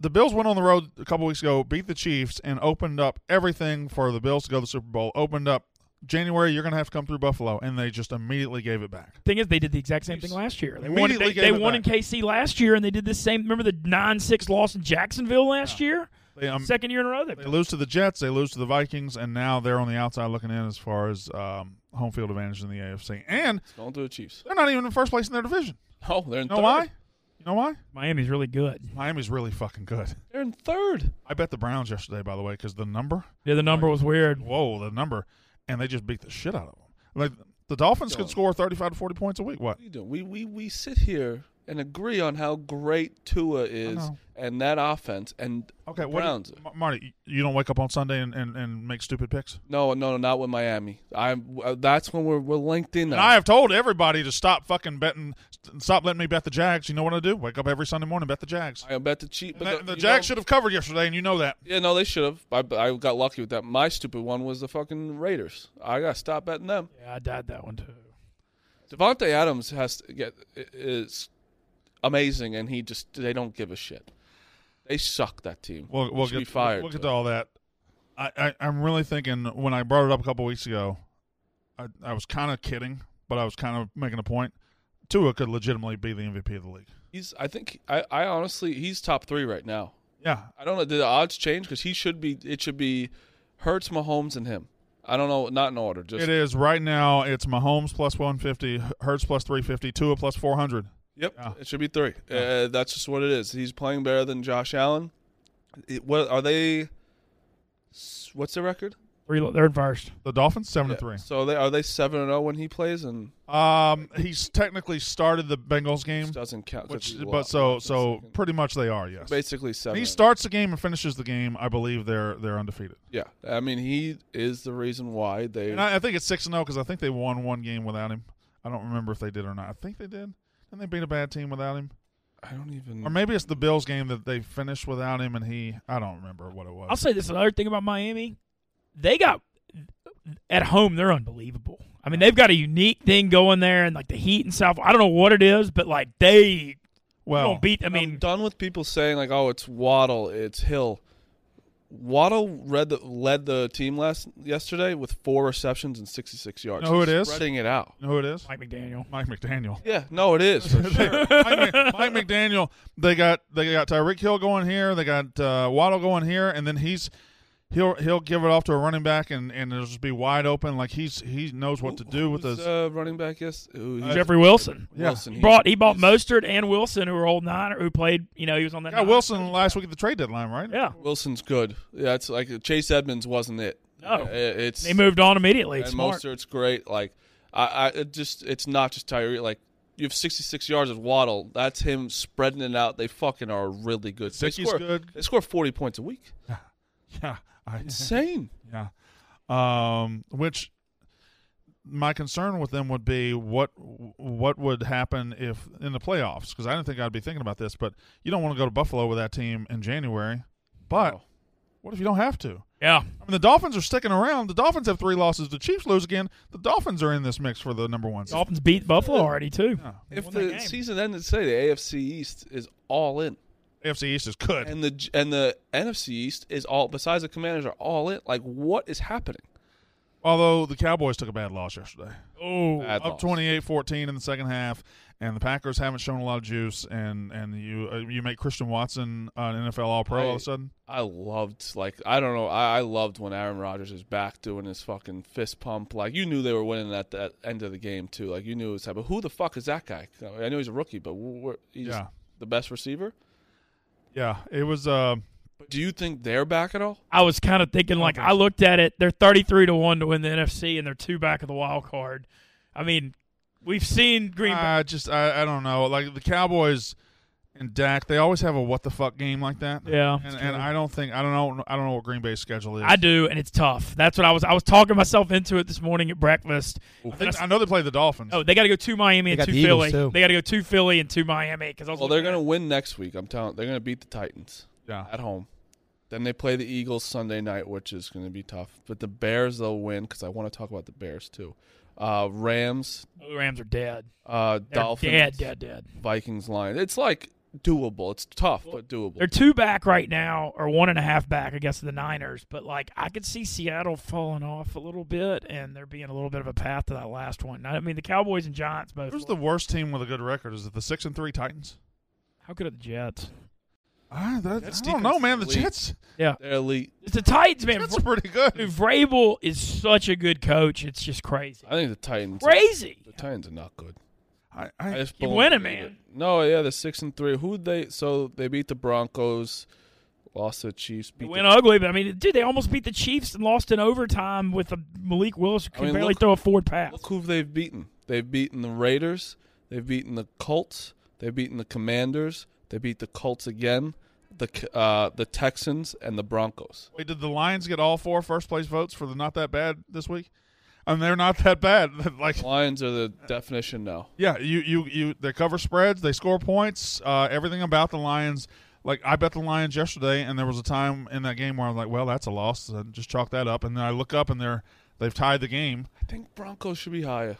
Speaker 1: The Bills went on the road a couple weeks ago, beat the Chiefs, and opened up everything for the Bills to go to the Super Bowl. Opened up January, you're going to have to come through Buffalo, and they just immediately gave it back.
Speaker 5: thing is, they did the exact same thing last year. They won.
Speaker 1: Immediately
Speaker 5: They,
Speaker 1: gave
Speaker 5: they
Speaker 1: it
Speaker 5: won
Speaker 1: back.
Speaker 5: in KC last year, and they did the same. Remember the nine-six loss in Jacksonville last year?
Speaker 1: They, um,
Speaker 5: Second year in a row. They,
Speaker 1: they lose to the Jets, they lose to the Vikings, and now they're on the outside looking in as far as um, home field advantage in the AFC. And
Speaker 4: Going to the Chiefs.
Speaker 1: they're not even in first place in their division.
Speaker 4: Oh, they're in
Speaker 1: You know
Speaker 4: third.
Speaker 1: why? You know why?
Speaker 5: Miami's really good.
Speaker 1: Miami's really fucking good.
Speaker 4: They're in third.
Speaker 1: I bet the Browns yesterday, by the way, because the number.
Speaker 5: Yeah, the number was weird.
Speaker 1: whoa, the number, and they just beat the shit out of them. Like the Dolphins could
Speaker 4: Going.
Speaker 1: score thirty-five to forty points a week. What?
Speaker 4: What are you doing? We we we sit here and agree on how great Tua is
Speaker 1: know.
Speaker 4: and that offense and
Speaker 1: Okay,
Speaker 4: the
Speaker 1: what?
Speaker 4: Browns.
Speaker 1: M- Marty, you you don't wake up on Sunday and, and, and make stupid picks.
Speaker 4: no, no, no, not with Miami. I'm uh, that's when we're we're linked in.
Speaker 1: And
Speaker 4: now.
Speaker 1: I have told everybody to stop fucking betting, st- stop letting me bet the Jags. You know what I do? Wake up every Sunday morning, bet the Jags.
Speaker 4: I bet the Chiefs.
Speaker 1: And the the Jags should have covered yesterday, and you know that.
Speaker 4: Yeah, no, they should have. I, but I got lucky with that. My stupid one was the fucking Raiders. I got to stop betting them.
Speaker 5: Yeah, I died that one too.
Speaker 4: Devontae Adams has to get i- is amazing, and he just they don't give a shit. They suck that team.
Speaker 1: We'll, we'll
Speaker 4: should
Speaker 1: get
Speaker 4: be fired.
Speaker 1: We'll get to all that. I, I I'm really thinking when I brought it up a couple weeks ago, I I was kind of kidding, but I was kind of making a point. Tua could legitimately be the MVP of the league.
Speaker 4: he's. I think. I, I honestly, he's top three right now.
Speaker 1: Yeah,
Speaker 4: I don't know. Did the odds change? Because he should be. It should be Hurts, Mahomes, and him. I don't know. Not in order. Just
Speaker 1: It is right now. It's Mahomes plus one fifty, Hertz plus three fifty, Tua plus four hundred.
Speaker 4: yep.
Speaker 1: Yeah.
Speaker 4: It should be three. Uh, that's just what it is. He's playing better than Josh Allen. It- what are they? s- What's their record?
Speaker 5: Three, they're in first.
Speaker 1: The Dolphins seven
Speaker 4: Yeah.
Speaker 1: to three.
Speaker 4: So they are they seven and zero when he plays and
Speaker 1: Um, he's technically started the Bengals game,
Speaker 4: which doesn't count. 'cause
Speaker 1: which
Speaker 4: he
Speaker 1: but
Speaker 4: lost
Speaker 1: so
Speaker 4: in
Speaker 1: so
Speaker 4: second.
Speaker 1: pretty much they are yes.
Speaker 4: basically seven.
Speaker 1: He
Speaker 4: and-
Speaker 1: starts the game and finishes the game. I believe they're they're undefeated,
Speaker 4: yeah, I mean he is the reason why they.
Speaker 1: and I, I think it's six and zero because I think they won one game without him. I don't remember if they did or not. I think they did. Didn't they beat a bad team without him?
Speaker 4: I don't even.
Speaker 1: Or
Speaker 5: Mm.
Speaker 1: maybe it's the Bills game that they finished without him, and he. I don't remember what it was.
Speaker 5: I'll say this another thing about Miami. They got at home, they're unbelievable. I mean, they've got a unique thing going there and like the heat and South. I don't know what it is, but like they
Speaker 1: well, um,
Speaker 5: don't beat. I
Speaker 4: I mean,
Speaker 5: mean,
Speaker 4: done with people saying like, "Oh, it's Waddle, it's Hill." Waddle read the, led the team last yesterday with four receptions and 66 yards.
Speaker 1: Know who it is?
Speaker 4: He's Spreading it out.
Speaker 1: You know who it is?
Speaker 5: Mike McDaniel.
Speaker 1: Mike McDaniel. [LAUGHS]
Speaker 4: Yeah, no, it is. for sure.
Speaker 1: Mike, Mc- Mike McDaniel. They got they got Tyreek Hill going here. They got uh, Waddle going here, and then he's he'll he'll give it off to a running back, and and it'll just be wide open. Like he's he knows what to do with
Speaker 4: Who's,
Speaker 1: this.
Speaker 4: uh, running back? Yes, Ooh, he's-
Speaker 5: Jeffrey Wilson.
Speaker 1: yeah.
Speaker 4: Wilson,
Speaker 5: He
Speaker 4: he's-
Speaker 5: brought he bought
Speaker 4: he's-
Speaker 5: Mostert and Wilson, who were old nine, who played. You know, he was on that.
Speaker 1: Got
Speaker 5: nine.
Speaker 1: Wilson last week at the trade deadline, right?
Speaker 5: Yeah,
Speaker 4: Wilson's good. Yeah, it's like Chase Edmonds wasn't it.
Speaker 5: No.
Speaker 4: Uh, it's
Speaker 5: they moved on immediately.
Speaker 4: and
Speaker 5: Smart.
Speaker 4: Mostert's great. Like I, I it just it's not just Tyree. Like you have 66 yards of Waddle. That's him spreading it out. They fucking are really good. They
Speaker 1: Sicky's
Speaker 4: score,
Speaker 1: good.
Speaker 4: They score 40 points a
Speaker 5: [LAUGHS]
Speaker 4: week.
Speaker 1: Yeah. I,
Speaker 4: Insane.
Speaker 1: yeah. Um, which my concern with them would be what what would happen if in the playoffs because I didn't think I'd be thinking about this, but you don't want to go to Buffalo with that team in January. But
Speaker 4: No.
Speaker 1: what if you don't have to?
Speaker 5: Yeah,
Speaker 1: I mean, the Dolphins are sticking around. The Dolphins have three losses. The Chiefs lose again. The Dolphins are in this mix for the number one. seed.
Speaker 5: Dolphins beat Buffalo already too.
Speaker 1: If
Speaker 4: If
Speaker 5: that
Speaker 4: the
Speaker 5: game.
Speaker 4: season ended today, the AFC East is all in,
Speaker 1: AFC East is good.
Speaker 4: and the and the NFC East is all. Besides the Commanders, are all in. Like what is happening?
Speaker 1: Although the Cowboys took a bad loss yesterday.
Speaker 5: Oh,
Speaker 4: Bad
Speaker 1: up
Speaker 4: loss.
Speaker 1: 28-14 in the second half and the Packers haven't shown a lot of juice and and you uh, you make Christian Watson an NFL all-pro all of
Speaker 4: I-
Speaker 1: a sudden.
Speaker 4: I loved like I don't know I, I loved when Aaron Rodgers was back doing his fucking fist pump like you knew they were winning at that end of the game too like you knew it was happening who the fuck is that guy I know he's a rookie but wh- wh- he's
Speaker 1: Yeah.
Speaker 4: the best receiver
Speaker 1: Yeah, it was uh
Speaker 4: but do you think they're back at all
Speaker 5: I was kind of thinking like I looked at it. They're thirty-three to one to win the NFC, and they're two back of the wild card. I mean, we've seen Green
Speaker 4: Uh,
Speaker 5: Bay.
Speaker 1: I just I, I don't know. Like the Cowboys and Dak, they always have a what the fuck game like that.
Speaker 5: Yeah,
Speaker 1: And,
Speaker 5: that's
Speaker 1: and
Speaker 5: true.
Speaker 1: I don't think I don't know I don't know what Green Bay's schedule is.
Speaker 5: I do, and it's tough. That's what I was. I was talking myself into it this morning at breakfast.
Speaker 1: I, think- I know they play the Dolphins.
Speaker 5: Oh, they got to go to Miami and
Speaker 9: got
Speaker 5: to
Speaker 9: the Eagles,
Speaker 5: Philly.
Speaker 9: too.
Speaker 5: They got to go to Philly and to Miami because I was.
Speaker 4: well they're
Speaker 5: looking
Speaker 4: gonna win next week I'm telling they're gonna beat the Titans
Speaker 1: yeah.
Speaker 4: at home then they play the Eagles Sunday night which is gonna be tough but the Bears they'll win because I want to talk about the Bears too uh, Rams
Speaker 5: at- the Rams are dead.
Speaker 4: uh,
Speaker 5: They're
Speaker 4: Dolphins
Speaker 5: dead, dead, dead.
Speaker 4: Vikings line. It's like doable. It's tough, but doable.
Speaker 5: They're two back right now, or one and a half back against the Niners. But like, I could see Seattle falling off a little bit, and there being a little bit of a path to that last one. I mean, the Cowboys and Giants both.
Speaker 1: Who's the worst team with a good record? Is it the six and three Titans?
Speaker 5: How could it the Jets?
Speaker 1: I, that,
Speaker 4: Jets
Speaker 1: I don't know,
Speaker 4: defense
Speaker 1: man. The
Speaker 4: is elite.
Speaker 1: Jets,
Speaker 4: They're elite.
Speaker 5: It's the Titans, man.
Speaker 1: Jets are pretty good.
Speaker 5: Vrabel is such a good coach. It's just crazy,
Speaker 4: I think the Titans.
Speaker 5: crazy.
Speaker 4: The Titans are not good.
Speaker 1: I,
Speaker 4: I
Speaker 1: I,
Speaker 4: just
Speaker 5: Keep
Speaker 4: don't
Speaker 5: winning,
Speaker 4: believe it.
Speaker 5: man.
Speaker 4: No, yeah, they're six and three. Who they? So they beat the Broncos, lost to the Chiefs.
Speaker 5: It
Speaker 4: Beat
Speaker 5: went
Speaker 4: the,
Speaker 5: ugly, but I mean, dude, they almost beat the Chiefs and lost in overtime with a Malik Willis who
Speaker 4: I
Speaker 5: could
Speaker 4: mean,
Speaker 5: barely
Speaker 4: look-
Speaker 5: throw a forward pass.
Speaker 4: look who they've beaten. They've beaten the Raiders. They've beaten the Colts. They've beaten the Commanders. They beat the Colts again. The C- uh, the Texans and the Broncos.
Speaker 1: wait, did the Lions get all four first place votes for the not that bad this week? I mean, they're not that bad. [LAUGHS] like,
Speaker 4: Lions are the definition now.
Speaker 1: yeah, you, you, you. They cover spreads. They score points. Uh, everything about the Lions. Like, I bet the Lions yesterday, and there was a time in that game where I'm like, well, that's a loss. So just chalk that up. And then I look up, and they're they've tied the game.
Speaker 4: I think Broncos should be higher.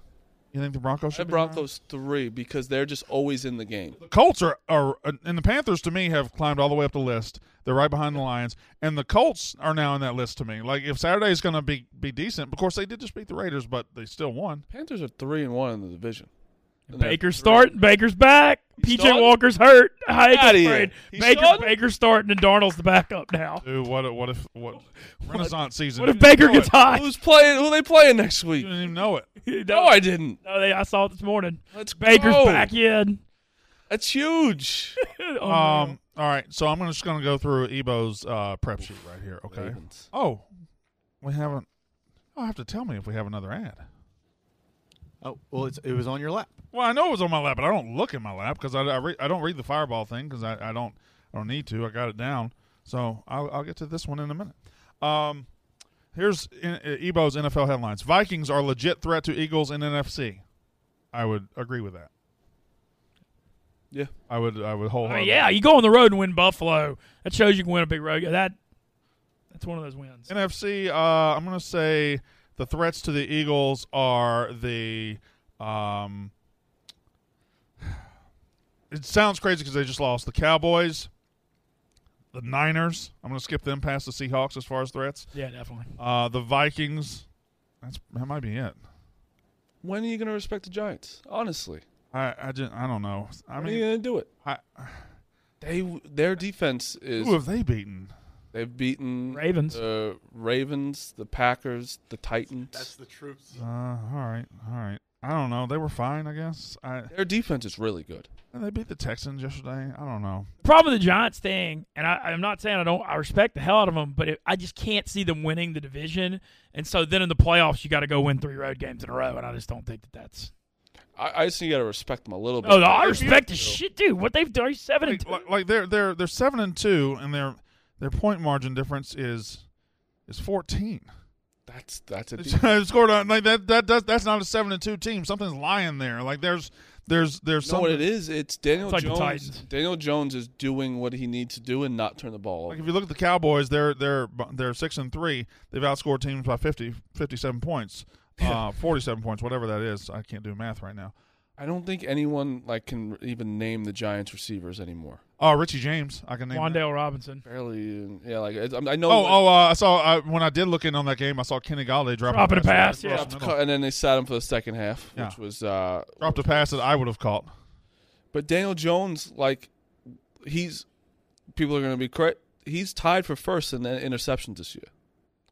Speaker 1: You think the Broncos
Speaker 4: The
Speaker 1: should? be higher?
Speaker 4: Broncos three because they're just always in the game.
Speaker 1: The Colts are, are and the Panthers to me have climbed all the way up the list. They're right behind the Lions, and the Colts are now in that list to me. Like if Saturday's going to be be decent, of course they did just beat the Raiders, but they still won.
Speaker 4: Panthers are three and one in the division. And they're
Speaker 5: Baker's
Speaker 4: three-
Speaker 5: starting. Baker's back. PJ
Speaker 4: starting?
Speaker 5: Walker's hurt.
Speaker 4: outta
Speaker 5: Baker's,
Speaker 4: here.
Speaker 5: afraid.
Speaker 4: He's
Speaker 5: Baker,
Speaker 4: starting?
Speaker 5: Baker's starting, and Darnold's the backup now.
Speaker 1: Dude, what if- what if
Speaker 5: [LAUGHS]
Speaker 1: what Renaissance season?
Speaker 5: What if
Speaker 1: You didn't
Speaker 5: Baker
Speaker 1: know
Speaker 5: gets
Speaker 1: it.
Speaker 5: hot?
Speaker 4: Who's playing? Who they playing next
Speaker 1: You
Speaker 4: week?
Speaker 1: didn't even know it.
Speaker 4: No, I didn't.
Speaker 5: [LAUGHS] No, they, I saw it this morning.
Speaker 4: Let's
Speaker 5: Baker's
Speaker 4: go.
Speaker 5: back in.
Speaker 4: That's
Speaker 5: [LAUGHS]
Speaker 4: huge.
Speaker 5: Unreal.
Speaker 1: Um. All right, so I'm gonna- just going to go through Ebo's uh, prep sheet right here. Okay.
Speaker 4: Ravens.
Speaker 1: Oh, we haven't. I'll have to tell me if we have another ad.
Speaker 6: Oh well, it's, it was on your lap.
Speaker 1: Well, I know it was on my lap, but I don't look at my lap because I, I, re- I don't read the fireball thing because I, I don't I don't need to. I got it down, so I'll, I'll get to this one in a minute. Um, here's in, uh, Ebo's NFL headlines: Vikings are legit threat to Eagles in NFC. I would agree with that.
Speaker 4: Yeah.
Speaker 1: I would I would
Speaker 5: I mean,
Speaker 1: wholeheartedly.
Speaker 5: yeah, you go on the road and win Buffalo. That shows you can win a big road. That that's one of those wins.
Speaker 1: NFC. Uh, I'm gonna say the threats to the Eagles are the. Um, it sounds crazy because they just lost the Cowboys, the Niners. I'm going to skip them past the Seahawks as far as threats.
Speaker 5: Yeah, definitely.
Speaker 1: Uh, the Vikings. That's that might be it.
Speaker 4: When are you going to respect the Giants? Honestly,
Speaker 1: I I just I don't know. I
Speaker 4: when are you
Speaker 1: mean,
Speaker 4: going to do it?
Speaker 1: I,
Speaker 4: They their defense is
Speaker 1: who have they beaten?
Speaker 4: they've beaten
Speaker 5: Ravens.
Speaker 4: the Ravens, the Packers, the Titans.
Speaker 6: the troops.
Speaker 1: Uh, all right, all right. I don't know. They were fine, I guess. I
Speaker 4: their defense is really good.
Speaker 1: they beat the Texans yesterday. I don't know.
Speaker 5: problem with the Giants thing, and I, I'm not saying I don't, I respect the hell out of them, but it, I just can't see them winning the division. And so then in the playoffs, you got to go win three road games in a row, and I just don't think that that's.
Speaker 4: I, I just think you got to respect them a little bit.
Speaker 5: Oh, no, I respect the shit, dude. What they've done, seven
Speaker 1: Like,
Speaker 5: and
Speaker 1: [LAUGHS]
Speaker 5: two.
Speaker 1: like, like they're they're they're seven and two, and their their point margin difference is is 14.
Speaker 4: That's that's a
Speaker 1: [LAUGHS]
Speaker 4: deep,
Speaker 1: Scored on like that that does that's not a seven and two team. Something's lying there. Like there's there's there's
Speaker 4: know
Speaker 1: something.
Speaker 4: what it is. It's Daniel
Speaker 5: It's like the
Speaker 4: Jones.
Speaker 5: Titans.
Speaker 4: Daniel Jones is doing what he needs to do and not turn the ball
Speaker 1: Like
Speaker 4: over.
Speaker 1: if you look at the Cowboys, they're they're they're six and three. They've outscored teams by 50, 57 points, uh, forty seven points, whatever that is. I can't do math right now.
Speaker 4: I don't think anyone like can even name the Giants receivers anymore.
Speaker 1: Oh, Richie James, I can name. that.
Speaker 5: Wandale Robinson.
Speaker 4: Barely, uh, yeah. Like it's- um, I know.
Speaker 1: Oh, oh, uh, I saw uh, when I did look in on that game, I saw Kenny Galladay drop
Speaker 5: Dropping a pass,
Speaker 1: across
Speaker 5: yeah.
Speaker 1: the
Speaker 4: Cu-
Speaker 1: middle.
Speaker 4: and then they sat him for the second half,
Speaker 1: Yeah.
Speaker 4: which was. Uh,
Speaker 1: dropped a pass that I would have caught.
Speaker 4: but Daniel Jones, like, he's people are going to be correct. He's tied for first in the interceptions this year,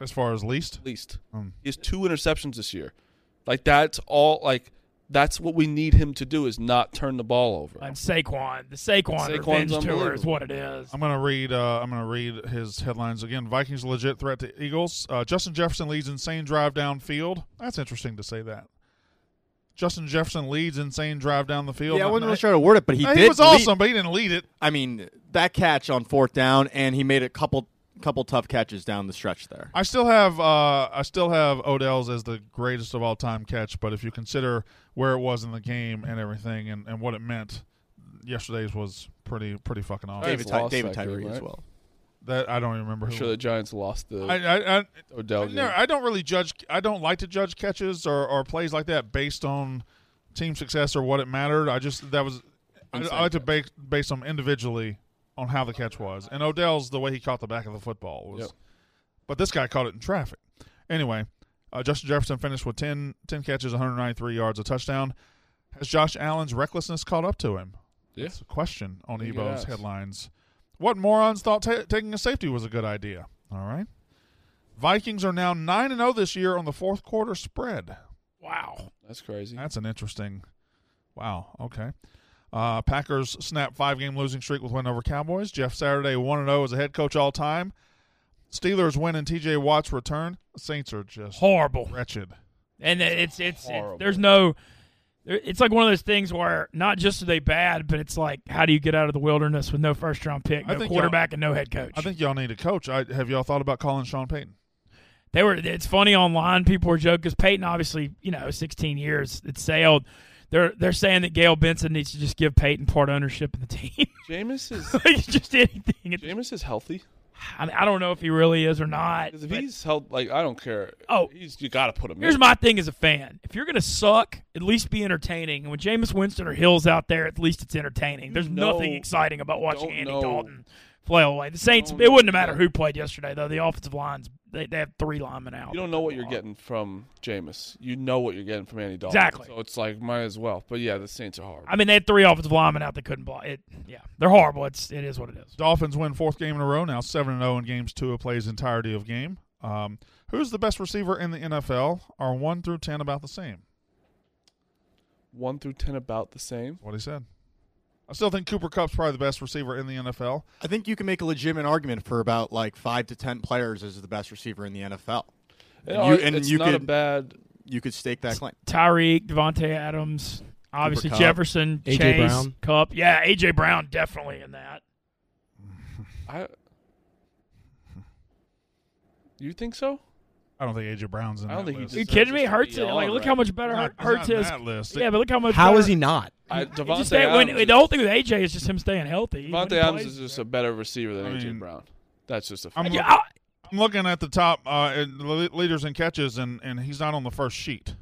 Speaker 1: As far as least,
Speaker 4: at least.
Speaker 1: Um.
Speaker 4: He has two interceptions this year. Like that's all. Like that's what we need him to do is not turn the ball over.
Speaker 5: And Saquon. The Saquon
Speaker 4: Saquon's
Speaker 5: revenge tour is
Speaker 4: unbelievable.
Speaker 5: what it is.
Speaker 1: I'm gonna read. Uh, I'm gonna read his headlines again. Vikings legit threat to Eagles. Uh, Justin Jefferson leads insane drive downfield. That's interesting to say that. Justin Jefferson leads insane drive down the field.
Speaker 6: Yeah, I
Speaker 1: Not-
Speaker 6: wasn't really sure how to word it, but he
Speaker 1: Hey,
Speaker 6: did.
Speaker 1: he was
Speaker 6: lead-
Speaker 1: awesome, but he didn't lead it.
Speaker 6: I mean, that catch on fourth down, and he made a couple couple tough catches down the stretch there.
Speaker 1: I still have uh, I still have Odell's as the greatest of all time catch, but if you consider where it was in the game and everything and, and what it meant, yesterday's was pretty pretty fucking awesome.
Speaker 4: Hey,
Speaker 6: David,
Speaker 4: Lost
Speaker 6: Ty- David
Speaker 4: that game,
Speaker 6: Tyree as
Speaker 4: right?
Speaker 6: well.
Speaker 1: That I don't even remember
Speaker 4: I'm
Speaker 1: who.
Speaker 4: sure the Giants lost the
Speaker 1: I I, I,
Speaker 4: Odell
Speaker 1: I,
Speaker 4: game.
Speaker 1: never- I don't really judge. I don't like to judge catches or, or plays like that based on team success or what it mattered. I just that was I, I like to base base them individually on how the catch was. And Odell's the way he caught the back of the football was,
Speaker 4: Yep.
Speaker 1: but this guy caught it in traffic. Anyway, uh, Justin Jefferson finished with 10, 10 catches, 193 yards, a touchdown. Has Josh Allen's recklessness caught up to him?
Speaker 4: Yeah.
Speaker 1: That's a question on
Speaker 4: Think it
Speaker 1: Ebo's
Speaker 4: has.
Speaker 1: headlines. What morons thought ta- taking a safety was a good idea? All right. Vikings are now 9 and 0 this year on the fourth quarter spread.
Speaker 5: Wow.
Speaker 1: [LAUGHS]
Speaker 4: That's crazy.
Speaker 1: That's an interesting. Wow. Okay. Uh, Packers snap five game losing streak with win over Cowboys. Jeff Saturday 1 0 as a head coach all time. Steelers win and TJ Watts return. Saints are just
Speaker 5: Horrible.
Speaker 1: wretched.
Speaker 5: And it's it's, it's
Speaker 4: Horrible.
Speaker 5: there's no it's like one of those things where not just are they bad, but it's like how do you get out of the wilderness with no first round pick,
Speaker 1: I
Speaker 5: no
Speaker 1: think
Speaker 5: quarterback, and no head coach?
Speaker 1: I think y'all need a coach. I, have y'all thought about calling Sean Payton?
Speaker 5: they were. It's funny online. People were joking because Peyton, obviously, you know, 16 years, it sailed. They're they're saying that Gail Benson needs to just give Peyton part ownership of the team. [LAUGHS]
Speaker 1: [LAUGHS]
Speaker 4: Jameis is
Speaker 5: Like, just anything. It-
Speaker 4: Jameis is healthy.
Speaker 5: I, mean, I don't know if he really is or not.
Speaker 4: 'Cause If
Speaker 5: but-
Speaker 4: he's held, like I don't care.
Speaker 5: Oh.
Speaker 4: he's you got to put him.
Speaker 5: Here's
Speaker 4: in.
Speaker 5: my thing as a fan: if you're gonna suck, at least be entertaining. And when Jameis Winston or Hill's out there, at least it's entertaining. There's
Speaker 4: No,
Speaker 5: nothing exciting about watching
Speaker 4: don't
Speaker 5: Andy
Speaker 4: know.
Speaker 5: Dalton flail away. The Saints.
Speaker 4: Don't
Speaker 5: It wouldn't have
Speaker 4: know.
Speaker 5: mattered who played yesterday, though. The offensive lines they, they have three linemen out.
Speaker 4: You don't know what you're getting from Jameis. You know what you're getting from Andy Dalton.
Speaker 5: Exactly.
Speaker 4: So it's like might as well. But yeah, the Saints are hard.
Speaker 5: I mean, they had three offensive linemen out that couldn't block. It. Yeah, they're horrible. It's it is what it is.
Speaker 1: Dolphins win fourth game in a row now, 7 0 in games two of plays entirety of game. Um, who's the best receiver in the NFL? Are 1 through 10 about the same?
Speaker 4: One through ten, about the same.
Speaker 1: What he said. I still think Cooper Cup's probably the best receiver in the NFL.
Speaker 6: I think you can make a legitimate argument for about like five to ten players as the best receiver in the NFL. And
Speaker 4: No,
Speaker 6: you-
Speaker 4: it-
Speaker 6: and
Speaker 4: it's
Speaker 6: you
Speaker 4: not a
Speaker 6: could-
Speaker 4: bad.
Speaker 6: You could stake that claim.
Speaker 5: Tyreek, Devontae Adams, obviously
Speaker 6: Cup.
Speaker 5: Jefferson,
Speaker 9: A.J.
Speaker 5: Chase,
Speaker 9: Brown.
Speaker 5: Cup. Yeah, AJ Brown definitely in that.
Speaker 4: [LAUGHS] I. You think so?
Speaker 1: I don't think A.J. Brown's in
Speaker 4: I don't
Speaker 1: that
Speaker 4: think he
Speaker 1: list.
Speaker 5: Are you
Speaker 4: Deserves
Speaker 5: kidding me?
Speaker 4: to be
Speaker 5: Hurts it.
Speaker 4: all
Speaker 5: Like, look
Speaker 4: right.
Speaker 5: how much better
Speaker 1: Not-
Speaker 5: Hurt-
Speaker 1: he's
Speaker 5: Hurts
Speaker 1: not in
Speaker 5: is.
Speaker 1: that list.
Speaker 5: Yeah, but look how much.
Speaker 9: How
Speaker 5: better-
Speaker 9: is he not?
Speaker 4: I,
Speaker 5: It's
Speaker 4: Devontae
Speaker 5: just that when-
Speaker 4: Adams.
Speaker 5: the whole thing with AJ is just him staying healthy. When
Speaker 4: Devontae
Speaker 5: he
Speaker 4: Adams
Speaker 5: plays-
Speaker 4: is just a better receiver than
Speaker 1: I
Speaker 4: AJ
Speaker 1: mean-
Speaker 4: Brown. That's just a
Speaker 1: I'm,
Speaker 4: fact.
Speaker 5: Yeah, I-
Speaker 1: I'm looking at the top uh, in le- leaders in catches, and, and he's not on the first sheet.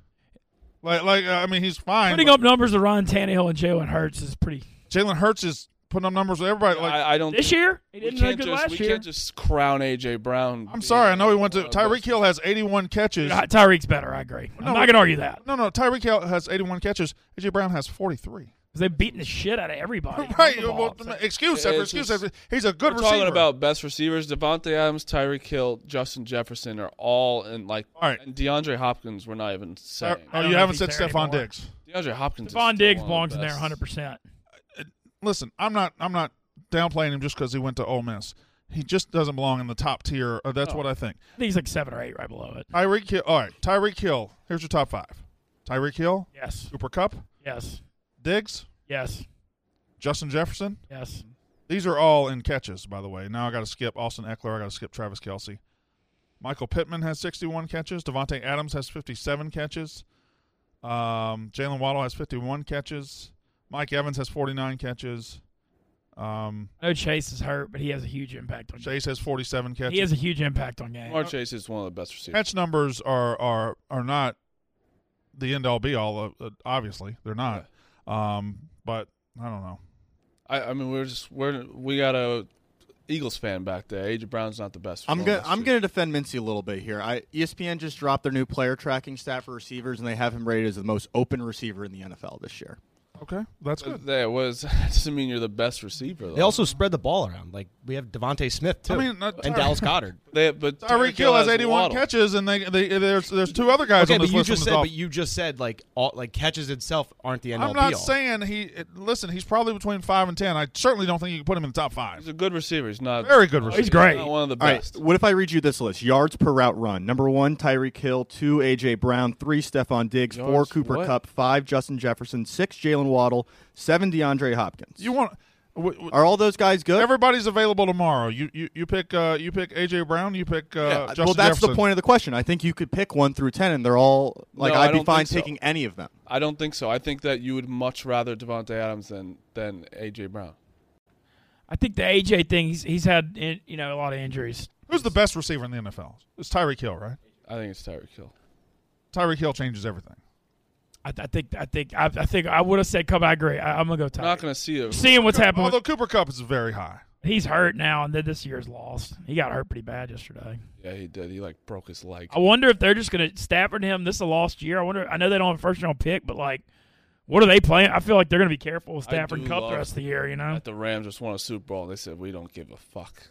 Speaker 1: Like, like uh, I mean, he's fine.
Speaker 5: putting
Speaker 1: but
Speaker 5: up numbers with Ryan Tannehill and Jalen Hurts is pretty.
Speaker 1: Jalen Hurts is putting up numbers with everybody. Like,
Speaker 4: I, I don't.
Speaker 5: This year, he
Speaker 4: we
Speaker 5: didn't look
Speaker 4: can't
Speaker 5: good
Speaker 4: just
Speaker 5: last
Speaker 4: we
Speaker 5: year.
Speaker 4: can't just crown AJ Brown.
Speaker 1: I'm sorry, I know he went to
Speaker 4: Uh,
Speaker 1: Tyreek Hill has 81 catches.
Speaker 5: Ty- Tyreek's better. I agree. I'm
Speaker 1: No,
Speaker 5: not gonna argue that.
Speaker 1: No, no, Tyreek Hill has 81 catches. AJ Brown has 43.
Speaker 5: 'Cause They're beating the shit out of everybody.
Speaker 1: [LAUGHS] Right.
Speaker 5: Run the
Speaker 1: Well,
Speaker 5: ball. It's like,
Speaker 1: excuse
Speaker 4: Yeah,
Speaker 1: after
Speaker 4: it's
Speaker 1: excuse
Speaker 4: just-
Speaker 1: after. He's a good
Speaker 4: We're
Speaker 1: receiver. Uh,
Speaker 4: talking about best receivers. Devontae Adams, Tyreek Hill, Justin Jefferson are all in like.
Speaker 1: All right.
Speaker 4: And DeAndre Hopkins, we're not even saying.
Speaker 1: Oh,
Speaker 5: don't
Speaker 1: you
Speaker 5: know
Speaker 1: haven't
Speaker 5: if
Speaker 1: said
Speaker 5: he's there
Speaker 1: Stephon
Speaker 5: anymore.
Speaker 1: Diggs.
Speaker 4: DeAndre Hopkins. is
Speaker 5: Devon
Speaker 4: still
Speaker 5: Diggs
Speaker 4: one of
Speaker 5: belongs in
Speaker 4: the
Speaker 5: there
Speaker 4: best.
Speaker 5: 100. percent
Speaker 1: Listen, I'm not. I'm not downplaying him just because he went to Ole Miss. He just doesn't belong in the top tier. Uh, that's what I think.
Speaker 5: I think he's like seven or eight right below it.
Speaker 1: Tyreek Hill. All right, Tyreek Hill. Here's your top five: Tyreek Hill,
Speaker 5: Yes.
Speaker 1: Cooper Cup,
Speaker 5: Yes.
Speaker 1: Diggs,
Speaker 5: Yes.
Speaker 1: Justin Jefferson.
Speaker 5: Yes.
Speaker 1: These are all in catches, by the way. Now I got to skip Austin Eckler. I got to skip Travis Kelsey. Michael Pittman has 61 catches. Devontae Adams has 57 catches. Um, Jalen Waddle has 51 catches. Mike Evans has 49 catches. Um,
Speaker 5: I know Chase is hurt, but he has a huge impact on.
Speaker 1: Chase has 47 catches.
Speaker 5: He has a huge impact on game.
Speaker 4: Jamar Chase is one of the best receivers.
Speaker 1: Catch numbers are are are not the end all be all. Uh, uh, obviously, they're not. Um, but I don't know.
Speaker 4: I, I mean, we're just we're we got a Eagles fan back there. AJ Brown's not the best.
Speaker 6: I'm
Speaker 4: one
Speaker 6: gonna
Speaker 4: last
Speaker 6: I'm
Speaker 4: year.
Speaker 6: gonna defend Mincy a little bit here. I E ESPN just dropped their new player tracking stat for receivers, and they have him rated as the most open receiver in the NFL this year.
Speaker 1: Okay, that's
Speaker 4: But
Speaker 9: Uh,
Speaker 1: good.
Speaker 4: That was [LAUGHS] doesn't mean you're the best receiver. Though.
Speaker 9: They also spread the ball around. Like we have Devonte Smith too,
Speaker 1: I mean, not-
Speaker 9: and
Speaker 1: [LAUGHS]
Speaker 9: Dallas Goddard.
Speaker 4: They- but
Speaker 1: Tyreek Hill has 81
Speaker 4: Waddle.
Speaker 1: catches, and they, they there's there's two other guys
Speaker 9: Okay,
Speaker 1: on
Speaker 9: but
Speaker 1: this
Speaker 9: you
Speaker 1: list.
Speaker 9: just
Speaker 1: from
Speaker 9: said,
Speaker 1: the Dolphins.
Speaker 9: but you just said like all like catches itself aren't the end all
Speaker 1: I'm
Speaker 9: be all.
Speaker 1: not saying he. it- Listen, he's probably between five and ten. I certainly don't think you can put him in the top
Speaker 4: He's
Speaker 1: five.
Speaker 4: a good receiver. He's not
Speaker 1: Very good receiver.
Speaker 5: he's great.
Speaker 4: not one of the
Speaker 6: All right,
Speaker 4: best.
Speaker 6: what if I read you this list? Yards per route run. Number one, Tyreek Hill. Two, AJ Brown. Three, Stephon Diggs. four,
Speaker 4: Yards,
Speaker 6: Cooper
Speaker 4: what?
Speaker 6: Cup. Five, Justin Jefferson. Six, Jalen Waddle. Seven, DeAndre Hopkins.
Speaker 1: You want w- w-
Speaker 6: Are all those guys good?
Speaker 1: everybody's available tomorrow. You you, you pick uh, you pick AJ Brown. You pick uh,
Speaker 6: Yeah,
Speaker 1: Justin
Speaker 6: well, that's
Speaker 1: Jefferson.
Speaker 6: the point of the question. I think you could pick one through ten, and they're all like
Speaker 4: No, I
Speaker 6: I'd be
Speaker 4: don't
Speaker 6: fine
Speaker 4: think so.
Speaker 6: taking any of them.
Speaker 4: I don't think so. I think that you would much rather Devonte Adams than than AJ Brown.
Speaker 5: I think the AJ thing. He's he's had in- you know a lot of injuries.
Speaker 1: Who's the best receiver in the NFL? It's Tyreek Hill, right?
Speaker 4: I think it's Tyreek Hill.
Speaker 1: Tyreek Hill changes everything.
Speaker 5: I, I think I think I, I think I would have said Cup. I agree. I, I'm gonna go
Speaker 4: I'm not
Speaker 5: Tyreek.
Speaker 4: going to see him.
Speaker 5: Seeing what's happening, with-
Speaker 1: Although Cooper Cup is very high.
Speaker 5: he's hurt now, and then this year's lost. He got hurt pretty bad yesterday.
Speaker 4: Yeah, he did. He like broke his leg.
Speaker 5: I wonder if they're just gonna Stafford him. This is a lost year. I wonder. I know they don't have a first round pick, but like, what are they playing? I feel like they're gonna be careful with
Speaker 4: I
Speaker 5: Stafford
Speaker 4: do
Speaker 5: and Cup
Speaker 4: love
Speaker 5: the rest of the year. You know,
Speaker 4: That the Rams just won a Super Bowl. They said we don't give a fuck.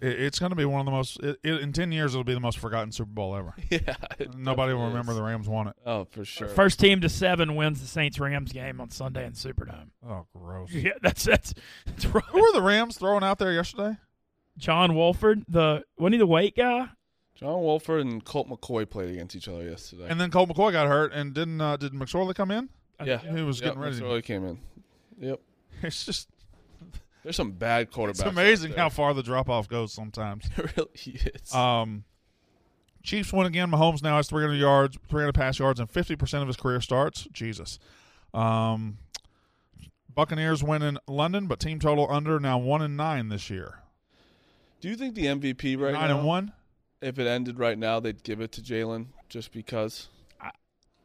Speaker 1: It, it's going to be one of the most. It, it, in ten years, it'll be the most forgotten Super Bowl ever.
Speaker 4: yeah.
Speaker 1: Nobody will remember the Rams won it.
Speaker 4: Oh, for sure.
Speaker 5: first team to seven wins the Saints Rams game on Sunday in Superdome. [LAUGHS]
Speaker 1: Oh, gross.
Speaker 5: Yeah, that's that's that's
Speaker 1: Who
Speaker 5: right.
Speaker 1: were the Rams throwing out there yesterday?
Speaker 5: John Wolford, the wasn't he the weight guy?
Speaker 4: John Wolford and Colt McCoy played against each other yesterday.
Speaker 1: And then Cole McCoy got hurt, and didn't uh, did McSorley come in?
Speaker 4: yeah,
Speaker 1: He was
Speaker 4: Yep,
Speaker 1: getting ready.
Speaker 4: That's
Speaker 1: to-
Speaker 4: really came in. Yep.
Speaker 1: [LAUGHS] It's just
Speaker 4: There's some bad quarterbacks.
Speaker 1: It's amazing how
Speaker 4: out
Speaker 1: far the drop off goes sometimes.
Speaker 4: [LAUGHS] there. it really is.
Speaker 1: Um, Chiefs win again. Mahomes now has 300 yards, 300 pass yards, and 50% of his career starts. Jesus. Um, Buccaneers win in London, but team total under now one and nine this year.
Speaker 4: Do you think the MVP right
Speaker 1: nine
Speaker 4: now?
Speaker 1: and one.
Speaker 4: If it ended right now, they'd give it to Jalen just because.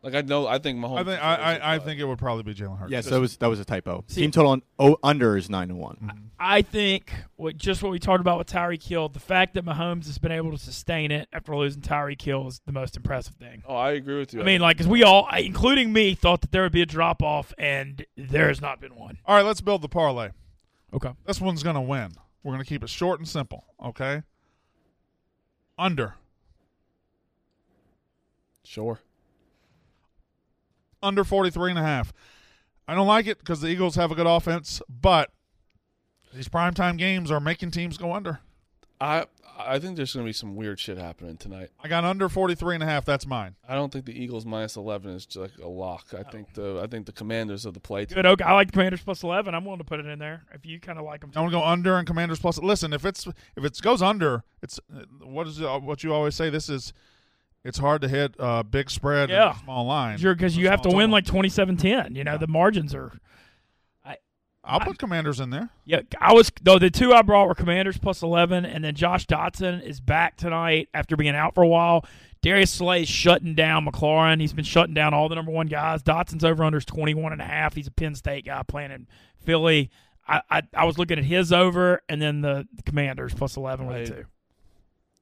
Speaker 4: Like I know, I think Mahomes.
Speaker 1: I think I, I, I think it would probably be Jalen Hurts.
Speaker 6: Yes, that was that was a typo.
Speaker 5: See-
Speaker 6: Team total on, oh, under is nine and one.
Speaker 1: Mm-hmm.
Speaker 5: I think what just what we talked about with Tyreek Hill, the fact that Mahomes has been able to sustain it after losing Tyreek Hill is the most impressive thing.
Speaker 4: Oh, I agree with you.
Speaker 5: I mean, like, because we all, including me, thought that there would be a drop off, and there has not been one.
Speaker 1: All right, let's build the parlay.
Speaker 5: Okay.
Speaker 1: This one's gonna win. We're gonna keep it short and simple. Okay. Under
Speaker 4: sure.
Speaker 1: under 43 and a half. I don't like it because the Eagles have a good offense, but these primetime games are making teams go under.
Speaker 4: I I think there's going to be some weird shit happening tonight.
Speaker 1: I got under 43 and a half. That's mine.
Speaker 4: I don't think the Eagles minus 11 is just like a lock. I think the I think the Commanders of the play.
Speaker 5: Good. Okay. I like the Commanders plus 11. I'm willing to put it in there if you kind of like them.
Speaker 1: I want to go under and Commanders plus. Listen, if it's if it goes under, it's what is it, what you always say. This is it's hard to hit uh, big spread and
Speaker 5: Yeah.
Speaker 1: small line.
Speaker 5: Because you have to
Speaker 1: Small
Speaker 5: win
Speaker 1: total.
Speaker 5: like 27 10. You know, the margins are.
Speaker 1: I'll put Commanders in there.
Speaker 5: Yeah. I was, though, the two I brought were Commanders plus 11, and then Josh Dotson is back tonight after being out for a while. Darius Slay's shutting down McLaurin. He's been shutting down all the number one guys. Dotson's over under is 21 and a half. He's a Penn State guy playing in Philly. I, I, I was looking at his over and then the Commanders plus 11 with
Speaker 4: Right.
Speaker 5: two.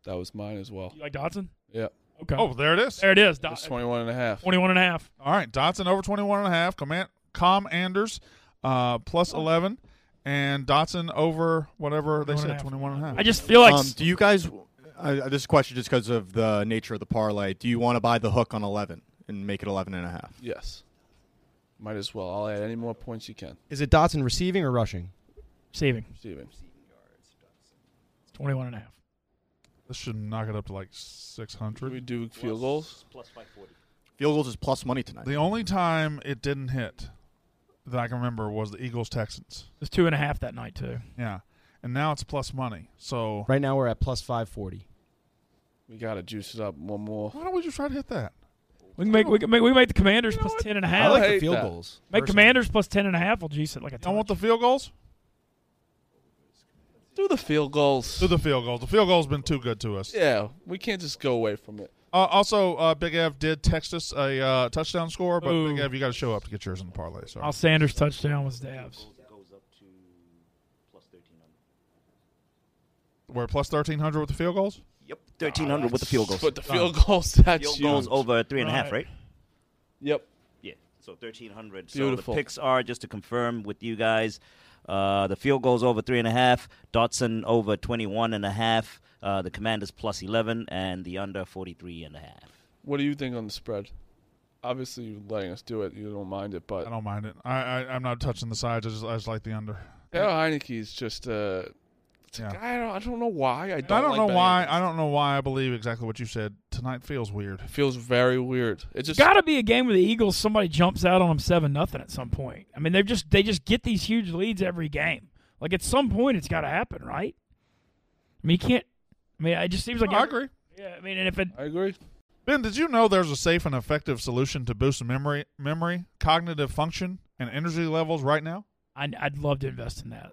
Speaker 4: That was mine as well.
Speaker 5: You like Dodson?
Speaker 4: Yeah.
Speaker 5: Okay.
Speaker 1: Oh, there it is.
Speaker 5: there it is. Dod-
Speaker 4: It's 21 and a half.
Speaker 5: 21 and a half.
Speaker 1: All right, Dotson over 21 and a half. Command Com Anders uh, plus 11 and Dotson over whatever they
Speaker 5: 21 and a
Speaker 1: said
Speaker 5: half.
Speaker 1: 21 and a half.
Speaker 5: I just feel like
Speaker 6: um, do you guys? I, I- this question just because of the nature of the parlay. Do you want to buy the hook on eleven and make it eleven and a half?
Speaker 4: Yes. Might as well. I'll add any more points you can.
Speaker 9: Is it Dotson receiving or rushing?
Speaker 5: receiving
Speaker 4: Steven.
Speaker 5: 21 and a half.
Speaker 1: this should knock it up to like
Speaker 4: Should we
Speaker 1: 600.
Speaker 4: do field goals?
Speaker 7: Plus 540.
Speaker 6: Field goals is plus money tonight.
Speaker 1: The only time it didn't hit that I can remember was the Eagles Texans.
Speaker 5: It's two and a half that night too.
Speaker 1: Yeah. And now it's plus money. So
Speaker 9: [LAUGHS] Right now we're at plus 540.
Speaker 4: We got to juice it up one more.
Speaker 1: why don't we just try to hit that?
Speaker 5: We can make we can make we can make the Commanders plus ten and a half.
Speaker 4: I like
Speaker 9: the
Speaker 4: hate
Speaker 9: field
Speaker 4: that.
Speaker 9: goals.
Speaker 5: make
Speaker 9: personally.
Speaker 5: Commanders plus ten and a half. We'll juice it like a
Speaker 1: Y'all
Speaker 5: ton.
Speaker 1: want the field goals?
Speaker 4: Do the field goals.
Speaker 1: Do the field goals. The field goal's been too good to us.
Speaker 4: yeah, we can't just go away from it.
Speaker 1: Uh, also, uh, Big Ev did text us a uh, touchdown score, but
Speaker 5: Ooh.
Speaker 1: Big Ev, you got to show up to get yours in the parlay. Sorry.
Speaker 5: Al Sanders touchdown was Davs.
Speaker 7: Goes up to plus 1300.
Speaker 1: We're plus 1,300 with the field goals?
Speaker 7: Yep. 1300 with the field goals.
Speaker 4: But the field goals, [LAUGHS] that's
Speaker 7: Field
Speaker 4: huge.
Speaker 7: goals over three and a half,
Speaker 5: Right.
Speaker 7: right?
Speaker 4: Yep.
Speaker 7: Yeah. So 1300. So
Speaker 4: Beautiful.
Speaker 7: the picks are, just to confirm with you guys, uh, the field goals over three and a half, Dotson over 21 and a half, uh, the Commanders plus 11, and the under 43 and a half.
Speaker 4: What do you think on the spread? Obviously, you're letting us do it. You don't mind it, but
Speaker 1: I don't mind it. I, I I'm not touching the sides. I just I just like the under.
Speaker 4: Taylor Heineke is just uh, it's a
Speaker 1: Yeah.
Speaker 4: guy. I don't, I don't know why. I
Speaker 1: I
Speaker 4: don't,
Speaker 1: don't,
Speaker 4: like
Speaker 1: know
Speaker 4: betting
Speaker 1: why.
Speaker 4: against.
Speaker 1: I don't know why I believe exactly what you said. Tonight feels weird.
Speaker 4: It feels very weird. It just
Speaker 5: Got to be a game where the Eagles somebody jumps out on them seven nothing at some point. I mean they just they just get these huge leads every game. Like at some point it's got to happen, right? I mean you can't. I mean it just seems like
Speaker 1: I
Speaker 5: every-
Speaker 1: agree.
Speaker 5: Yeah, I mean and if it
Speaker 4: I agree.
Speaker 1: Ben, did you know there's a safe and effective solution to boost memory, memory, cognitive function, and energy levels right now?
Speaker 5: I, I'd love to invest in that.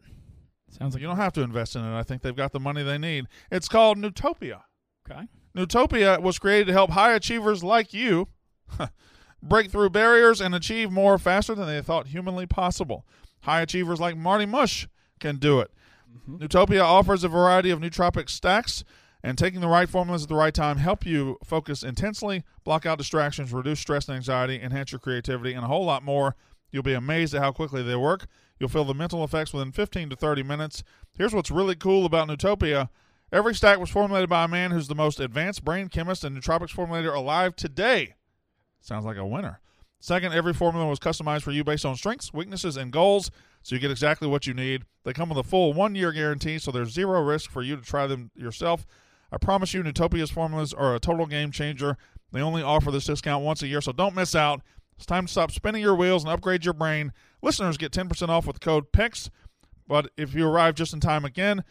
Speaker 5: Sounds like
Speaker 1: You don't have to invest in it. I think they've got the money they need. It's called Newtopia.
Speaker 5: okay.
Speaker 1: Newtopia was created to help high achievers like you [LAUGHS] break through barriers and achieve more faster than they thought humanly possible. High achievers like Marty Mush can do it. Newtopia offers a variety of nootropic stacks, and taking the right formulas at the right time help you focus intensely, block out distractions, reduce stress and anxiety, enhance your creativity, and a whole lot more. You'll be amazed at how quickly they work. You'll feel the mental effects within 15 to 30 minutes. Here's what's really cool about Newtopia. Every stack was formulated by a man who's the most advanced brain chemist and nootropics formulator alive today. Sounds like a winner. Second, every formula was customized for you based on strengths, weaknesses, and goals, so you get exactly what you need. They come with a full one year guarantee, so there's zero risk for you to try them yourself. I promise you, Newtopia's formulas are a total game changer. They only offer this discount once a year, so don't miss out. It's time to stop spinning your wheels and upgrade your brain. Listeners get 10% off with code E PICS, but if you arrive just in time again,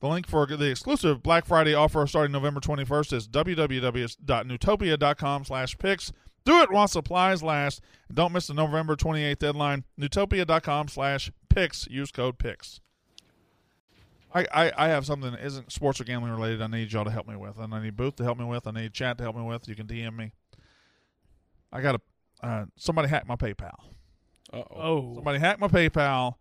Speaker 1: the link for the exclusive Black Friday offer starting November 21st is www.newtopia.com slash picks. Do it while supplies last. And don't miss the November 28th deadline. Newtopia.com slash picks. Use code picks. I, I, I have something that isn't sports or gambling related I need y'all to help me with. And I need Booth to help me with. I need Chat to help me with. You can DM me. I got a uh, somebody hacked my PayPal.
Speaker 4: Uh oh.
Speaker 5: Oh,
Speaker 1: Somebody hacked my PayPal,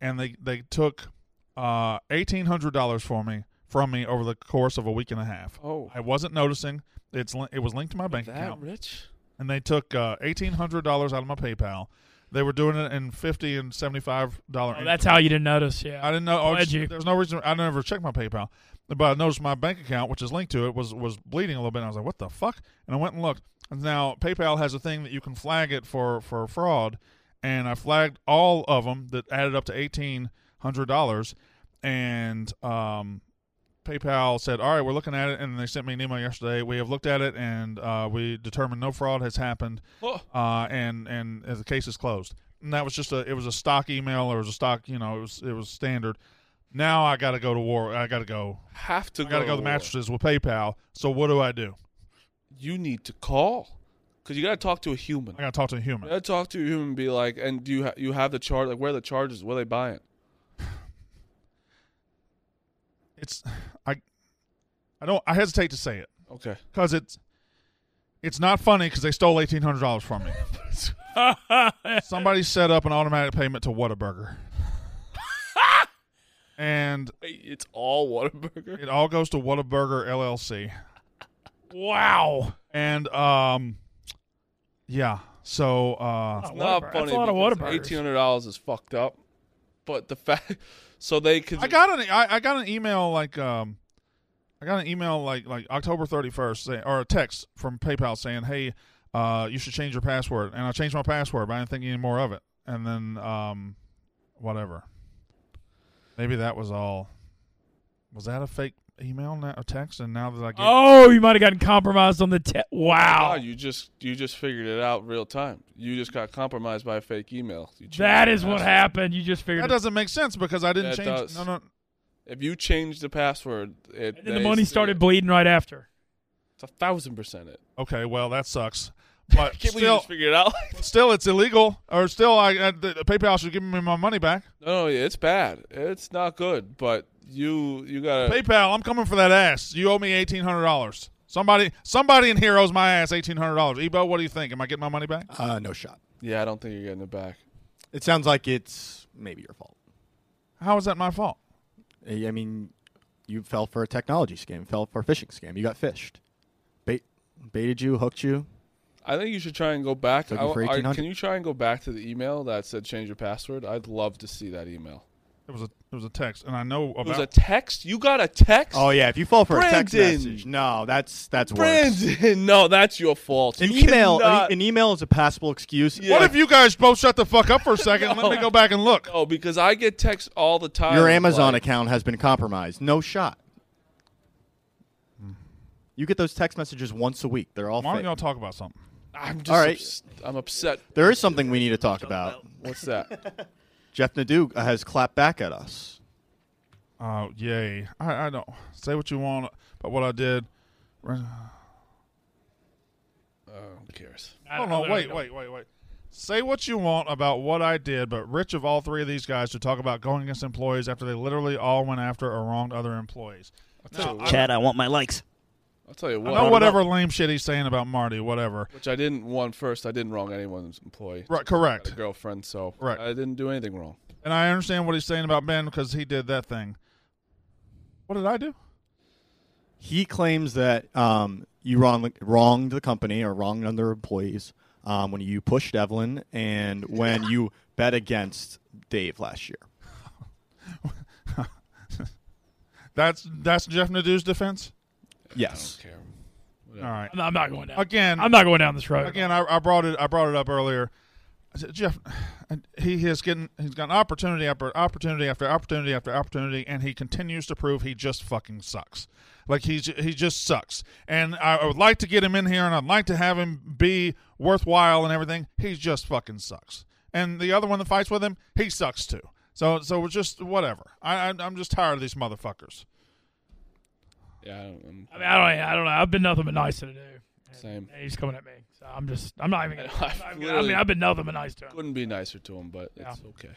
Speaker 1: and they they took uh, eighteen hundred dollars for me from me over the course of a week and a half.
Speaker 4: Oh.
Speaker 1: I wasn't noticing. It's li- it was linked to my bank
Speaker 4: That
Speaker 1: account,
Speaker 4: rich?
Speaker 1: and they took uh, eighteen hundred dollars out of my PayPal. They were doing it in fifty and seventy five dollar.
Speaker 5: oh, that's how you didn't notice. Yeah,
Speaker 1: I didn't know. I was-
Speaker 5: Glad you-
Speaker 1: There's no reason. I never checked my PayPal, but I noticed my bank account, which is linked to it, was was bleeding a little bit. And I was like, "What the fuck?" And I went and looked. And now PayPal has a thing that you can flag it for for fraud, and I flagged all of them that added up to eighteen hundred dollars, and um. PayPal said, "All right, we're looking at it," and they sent me an email yesterday. We have looked at it, and uh, we determined no fraud has happened,
Speaker 4: Oh.
Speaker 1: uh, and and the case is closed. And that was just a it was a stock email or it was a stock, you know, it was it was standard. Now I got to go to war. I got to go.
Speaker 4: Have to
Speaker 1: I got to go to the
Speaker 4: war.
Speaker 1: mattresses with PayPal. So what do I do?
Speaker 4: You need to call because you got to talk to a human.
Speaker 1: I got to talk to a
Speaker 4: You
Speaker 1: human.
Speaker 4: got to talk to a human and be like, and do you ha- you have the charge? Like, where are the charges? Where are they buying?
Speaker 1: It's I I don't I hesitate to say it
Speaker 4: Okay.
Speaker 1: cuz it's it's not funny cuz they stole $1800 from [LAUGHS] me. Somebody set up an automatic payment to Whataburger. and
Speaker 4: It's all Whataburger.
Speaker 1: it all goes to Whataburger LLC.
Speaker 5: Wow.
Speaker 1: And um, yeah. So uh,
Speaker 5: Oh,
Speaker 4: Not
Speaker 5: Whataburger.
Speaker 4: funny.
Speaker 5: That's a lot of Whataburgers.
Speaker 4: Eighteen hundred dollars is fucked up, but the fact [LAUGHS] so they could
Speaker 1: I got an I, I got an email like um, I got an email like like October thirty first saying or a text from PayPal saying hey, uh, you should change your password. And I changed my password, but I didn't think any more of it. And then um, whatever. Maybe that was all. Was that a fake email now, a text? And now that I get
Speaker 5: Oh, you might have gotten compromised on the te-
Speaker 4: Wow,
Speaker 5: wow.
Speaker 4: you just you just figured it out real time. You just got compromised by a fake email. You changed
Speaker 5: That
Speaker 4: the
Speaker 5: is what
Speaker 4: password.
Speaker 5: happened. You just figured
Speaker 1: that
Speaker 5: it
Speaker 1: doesn't make sense because I didn't
Speaker 4: That
Speaker 1: change.
Speaker 4: does.
Speaker 1: No, no,
Speaker 4: If you change the password, it
Speaker 5: And then the
Speaker 4: they-
Speaker 5: money started bleeding right after.
Speaker 4: It's a thousand percent it.
Speaker 1: Okay, well that
Speaker 4: [LAUGHS]
Speaker 1: sucks. But
Speaker 4: I can't believe you
Speaker 1: still,
Speaker 4: just figured it out.
Speaker 1: still, it's illegal. Or still, I uh, the, the PayPal should give me my money back.
Speaker 4: no, no, it's bad. It's not good. But you you gotta
Speaker 1: PayPal, I'm coming for that ass. You owe me eighteen hundred dollars. Somebody, somebody in here owes my ass eighteen hundred dollars. Ebo, what do you think? Am I getting my money back?
Speaker 6: Uh, no shot.
Speaker 4: Yeah, I don't think you're getting it back.
Speaker 6: It sounds like it's maybe your fault.
Speaker 1: How is that my fault?
Speaker 6: I I mean, you fell for a technology scam, fell for a phishing scam. You got fished, Bait, baited you, hooked you.
Speaker 4: I think you should try and go back.
Speaker 6: Took
Speaker 4: I,
Speaker 6: you for
Speaker 4: I-
Speaker 6: 1800.
Speaker 4: can you try and go back to the email that said change your password? I'd love to see that email.
Speaker 1: It was a, it was a text, and I know
Speaker 4: It was
Speaker 1: about.
Speaker 4: a text. You got a text.
Speaker 6: Oh yeah, if you fall for a text
Speaker 4: Brandon.
Speaker 6: message, no, that's that's worse.
Speaker 4: Brandon, [LAUGHS] no, that's your fault.
Speaker 6: An
Speaker 4: You
Speaker 6: email,
Speaker 4: cannot-
Speaker 6: an email is a passable excuse.
Speaker 4: Yeah.
Speaker 1: what if you guys both shut the fuck up for
Speaker 4: [LAUGHS]
Speaker 1: a second? and Let me
Speaker 4: No.
Speaker 1: go back and look.
Speaker 4: Oh, because I get texts all the time.
Speaker 6: Your Amazon
Speaker 4: like,
Speaker 6: account has been compromised. No shot.
Speaker 4: Hmm.
Speaker 6: You get those text messages once a week. They're all
Speaker 1: Why don't
Speaker 6: fake.
Speaker 1: y'all talk about something?
Speaker 4: I'm just
Speaker 6: All right.
Speaker 4: ups- I'm upset.
Speaker 6: There is something we need to talk about.
Speaker 4: What's that?
Speaker 6: Jeff Nadeau has clapped back at us.
Speaker 1: Oh yay! I, I don't say what you want about what I did.
Speaker 4: oh, who cares?
Speaker 5: I
Speaker 1: Hold on,
Speaker 5: don't know.
Speaker 1: Oh, wait, wait, wait, wait. Say what you want about what I did, but rich of all three of these guys to talk about going against employees after they literally all went after or wronged other employees.
Speaker 4: I'll tell, you what,
Speaker 7: Chad, I want my likes.
Speaker 4: I'll tell you
Speaker 1: I
Speaker 4: what.
Speaker 1: know whatever lame shit he's saying about Marty, whatever.
Speaker 4: Which I didn't want first. I didn't wrong anyone's employee.
Speaker 1: Right,
Speaker 4: I had
Speaker 1: correct.
Speaker 4: a girlfriend, so
Speaker 1: Right.
Speaker 4: I didn't do anything wrong.
Speaker 1: And I understand what he's saying about Ben because he did that thing. What did I do?
Speaker 6: He claims that um, you wrong, wronged the company or wronged other employees um, when you pushed Evelyn and when you bet against Dave last year.
Speaker 1: That's that's Jeff Nadeau's defense.
Speaker 6: Yes.
Speaker 4: Care.
Speaker 1: All right.
Speaker 5: I'm not, I'm not going down.
Speaker 1: Again,
Speaker 5: I'm not going down this road.
Speaker 1: again, I, I brought it. I brought it up earlier. I said, Jeff, he is getting. He's got an opportunity after opportunity after opportunity after opportunity, and he continues to prove he just fucking sucks. Like he's he just sucks. And I, I would like to get him in here, and I'd like to have him be worthwhile and everything. He just fucking sucks. And the other one that fights with him, he sucks too. So so it's just whatever. I, I I'm just tired of these motherfuckers.
Speaker 4: Yeah, I don't,
Speaker 5: I mean, I don't. I don't know. I've been nothing but nice to do.
Speaker 4: I'm same.
Speaker 5: And he's coming at me. So I'm just. I'm not even. Gonna,
Speaker 4: I
Speaker 5: I'm not even gonna, I
Speaker 4: literally-
Speaker 5: mean, I've been nothing but nice to him.
Speaker 4: Couldn't be nicer to him, but it's
Speaker 5: Yeah.
Speaker 4: okay.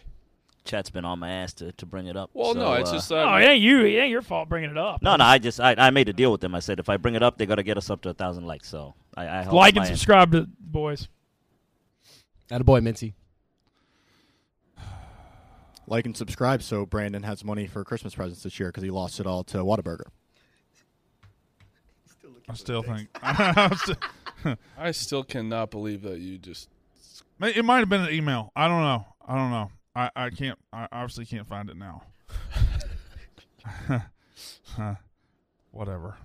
Speaker 7: Chad's been on my ass to, to bring it up.
Speaker 4: Well,
Speaker 7: so,
Speaker 4: no, it's
Speaker 7: uh,
Speaker 4: just
Speaker 5: Oh,
Speaker 4: uh,
Speaker 5: it ain't you. It ain't your fault bringing it up.
Speaker 7: No, no, I just I, I made a deal with them. I said if I bring it up, they got to get us up to a thousand likes. So I, I helped
Speaker 5: like and
Speaker 7: my end.
Speaker 5: subscribe to the boys.
Speaker 9: Attaboy, Mincy.
Speaker 6: Like and subscribe so Brandon has money for Christmas presents this year because he lost it all to Whataburger.
Speaker 1: I still think. I'm still-
Speaker 4: I still cannot believe that you just
Speaker 1: May- It might have been an email. I don't know. I don't know. I, I can't. I obviously can't find it now. [LAUGHS] Huh. Whatever.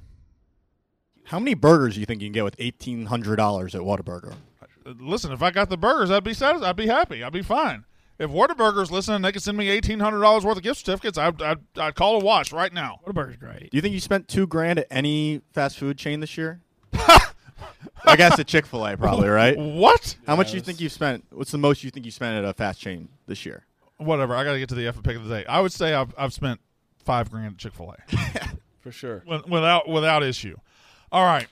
Speaker 6: How many burgers do you think you can get with $1,800 at Whataburger?
Speaker 1: Uh, Listen, if I got the burgers, I'd be satisfied. I'd be happy. I'd be fine. If Whataburger's listening, they could send me eighteen hundred dollars worth of gift certificates. I'd, I'd, I'd call a wash right now.
Speaker 5: Whataburger's great.
Speaker 6: Do you think you spent two grand at any fast food chain
Speaker 4: [LAUGHS]
Speaker 6: this year? I guess at Chick fil A, probably, right?
Speaker 4: [LAUGHS]
Speaker 1: What?
Speaker 6: How much do you
Speaker 4: Yes.
Speaker 6: think you've spent? What's the most you think you spent at a fast chain this year?
Speaker 1: Whatever. I got to get to the effing pick of the day. I would say I've, I've spent five grand at Chick Fil
Speaker 4: for sure.
Speaker 1: A without without issue. All right.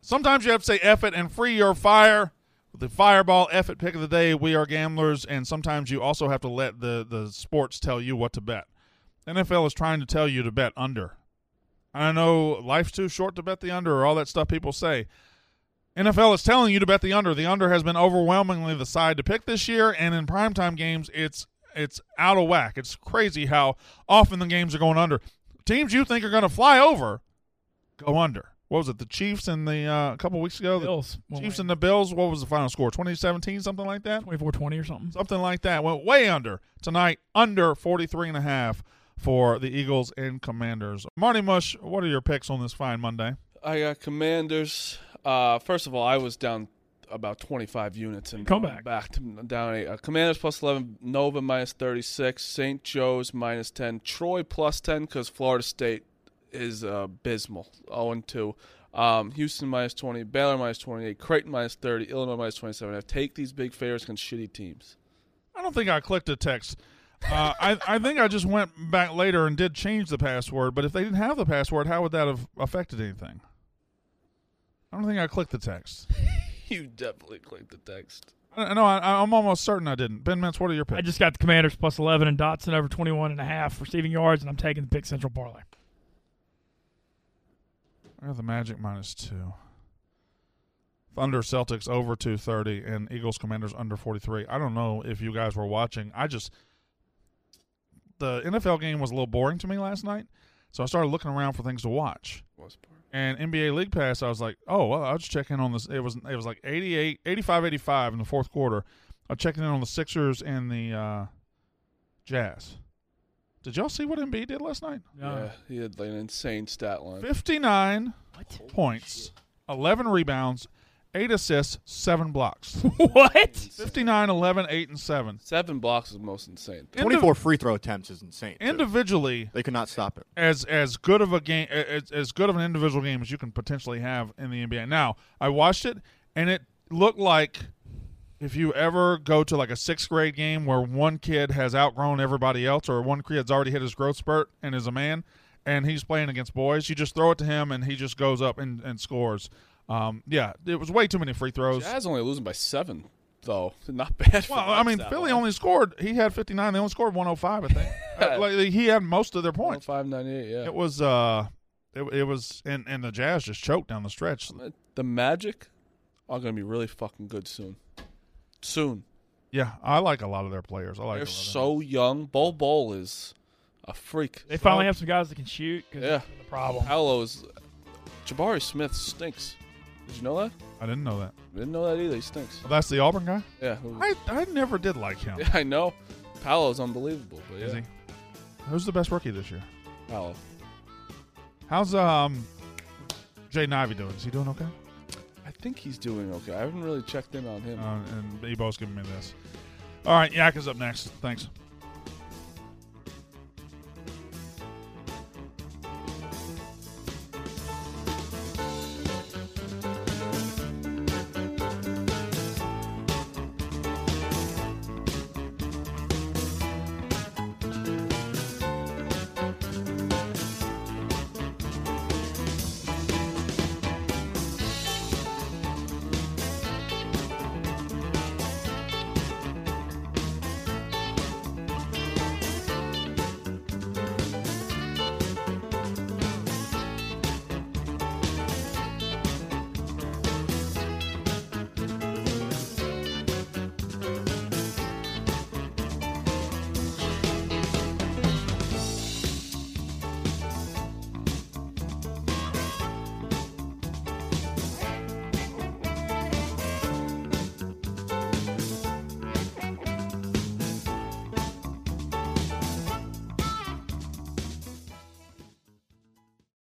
Speaker 1: Sometimes you have to say F it and free your fire. With the fireball F it pick of the day, we are gamblers, and sometimes you also have to let the, the sports tell you what to bet. NFL is trying to tell you to bet under. I know life's too short to bet the under or all that stuff people say. NFL is telling you to bet the under. The under has been overwhelmingly the side to pick this year, and in primetime games, it's it's out of whack. It's crazy how often the games are going under. Teams you think are going to fly over go under. What was it? The Chiefs and the uh, a couple weeks ago.
Speaker 5: Bills.
Speaker 1: The Chiefs and the Bills. What was the final score? 2017, something like that.
Speaker 5: 24 20 or something.
Speaker 1: Something like that. Went way under tonight. Under 43 and a half for the Eagles and Commanders. Marty Mush, what are your picks on this fine Monday?
Speaker 4: I got Commanders. Uh, first of all, I was down about 25 units and
Speaker 5: Come back.
Speaker 4: back to down eight. Uh, Commanders plus 11, Nova minus 36, St. Joe's minus 10, Troy plus 10 because Florida State is abysmal, 0 and 2. Um, Houston minus 20, Baylor minus 28, Creighton minus 30, Illinois minus 27. I take these big favors against shitty teams. [LAUGHS]
Speaker 1: I don't think I clicked a text. Uh, I, I think I just went back later and did change the password, but if they didn't have the password, how would that have affected anything? I don't think I clicked the text.
Speaker 4: You definitely clicked the text.
Speaker 1: I, no, I, I'm almost certain I didn't. Ben Mintz, what are your picks?
Speaker 5: I just got the Commanders plus 11 and Dotson over 21 and a half receiving yards, and I'm taking the pick Central Parlay.
Speaker 1: I got the Magic minus two. Thunder Celtics over 230 and Eagles Commanders under 43. I don't know if you guys were watching. I just. The NFL game was a little boring to me last night, so I started looking around for things to watch.
Speaker 4: Was part.
Speaker 1: And NBA League Pass, I was like, oh, well, I'll just check in on this. It was it was like 88, 85, 85 in the fourth quarter. I checked in on the Sixers and the uh, Jazz. Did y'all see what MB did last night?
Speaker 4: Yeah, he had like an insane stat line.
Speaker 1: 59 points, 11 rebounds, 8 assists, 7 blocks.
Speaker 5: What?
Speaker 1: 59, 11, 8, and 7.
Speaker 4: Seven blocks is the most insane. Thing.
Speaker 6: 24 free throw attempts is insane. too.
Speaker 1: Individually,
Speaker 6: they could not stop it.
Speaker 1: as as good of a game as, as good of an individual game as you can potentially have in the NBA. Now, I watched it and it looked like if you ever go to like a sixth grade game where one kid has outgrown everybody else or one kid's already hit his growth spurt and is a man and he's playing against boys, you just throw it to him and he just goes up and, and scores. Um, yeah, it was way too many free throws.
Speaker 4: Jazz only losing by seven, though. [LAUGHS] Not bad. for
Speaker 1: Well,
Speaker 4: that
Speaker 1: I mean,
Speaker 4: stat
Speaker 1: Philly
Speaker 4: line.
Speaker 1: only scored. He had 59. They only scored 105, I think. Uh, like, he had most of their points.
Speaker 4: 598, yeah.
Speaker 1: It was, uh, it, it was, and, and the Jazz just choked down the stretch.
Speaker 4: Uh, the Magic are going to be really fucking good soon. Soon.
Speaker 1: Yeah, I like a lot of their players. I like. a lot
Speaker 4: They're
Speaker 1: of
Speaker 4: so young. Bol Bol is a freak.
Speaker 5: They finally have some guys that can shoot. 'cause
Speaker 4: Yeah.
Speaker 5: that's The problem.
Speaker 4: Paolo is. Jabari Smith stinks. Did you know that?
Speaker 1: them. I didn't know that.
Speaker 4: Didn't know that either. He stinks.
Speaker 1: Well, that's the Auburn guy.
Speaker 4: Yeah.
Speaker 1: I, I never did like him.
Speaker 4: Mm-hmm. [LAUGHS] Yeah, I know. Paolo's unbelievable. But yeah.
Speaker 1: Is he? Who's the best rookie this year?
Speaker 4: Paolo.
Speaker 1: How's um, Jay Nivey doing? Is he doing okay?
Speaker 4: I think he's doing okay.
Speaker 1: Oh,
Speaker 4: I haven't really checked in on him.
Speaker 1: Uh, and Ebo's giving me this. All right, Yak is up next. Thanks.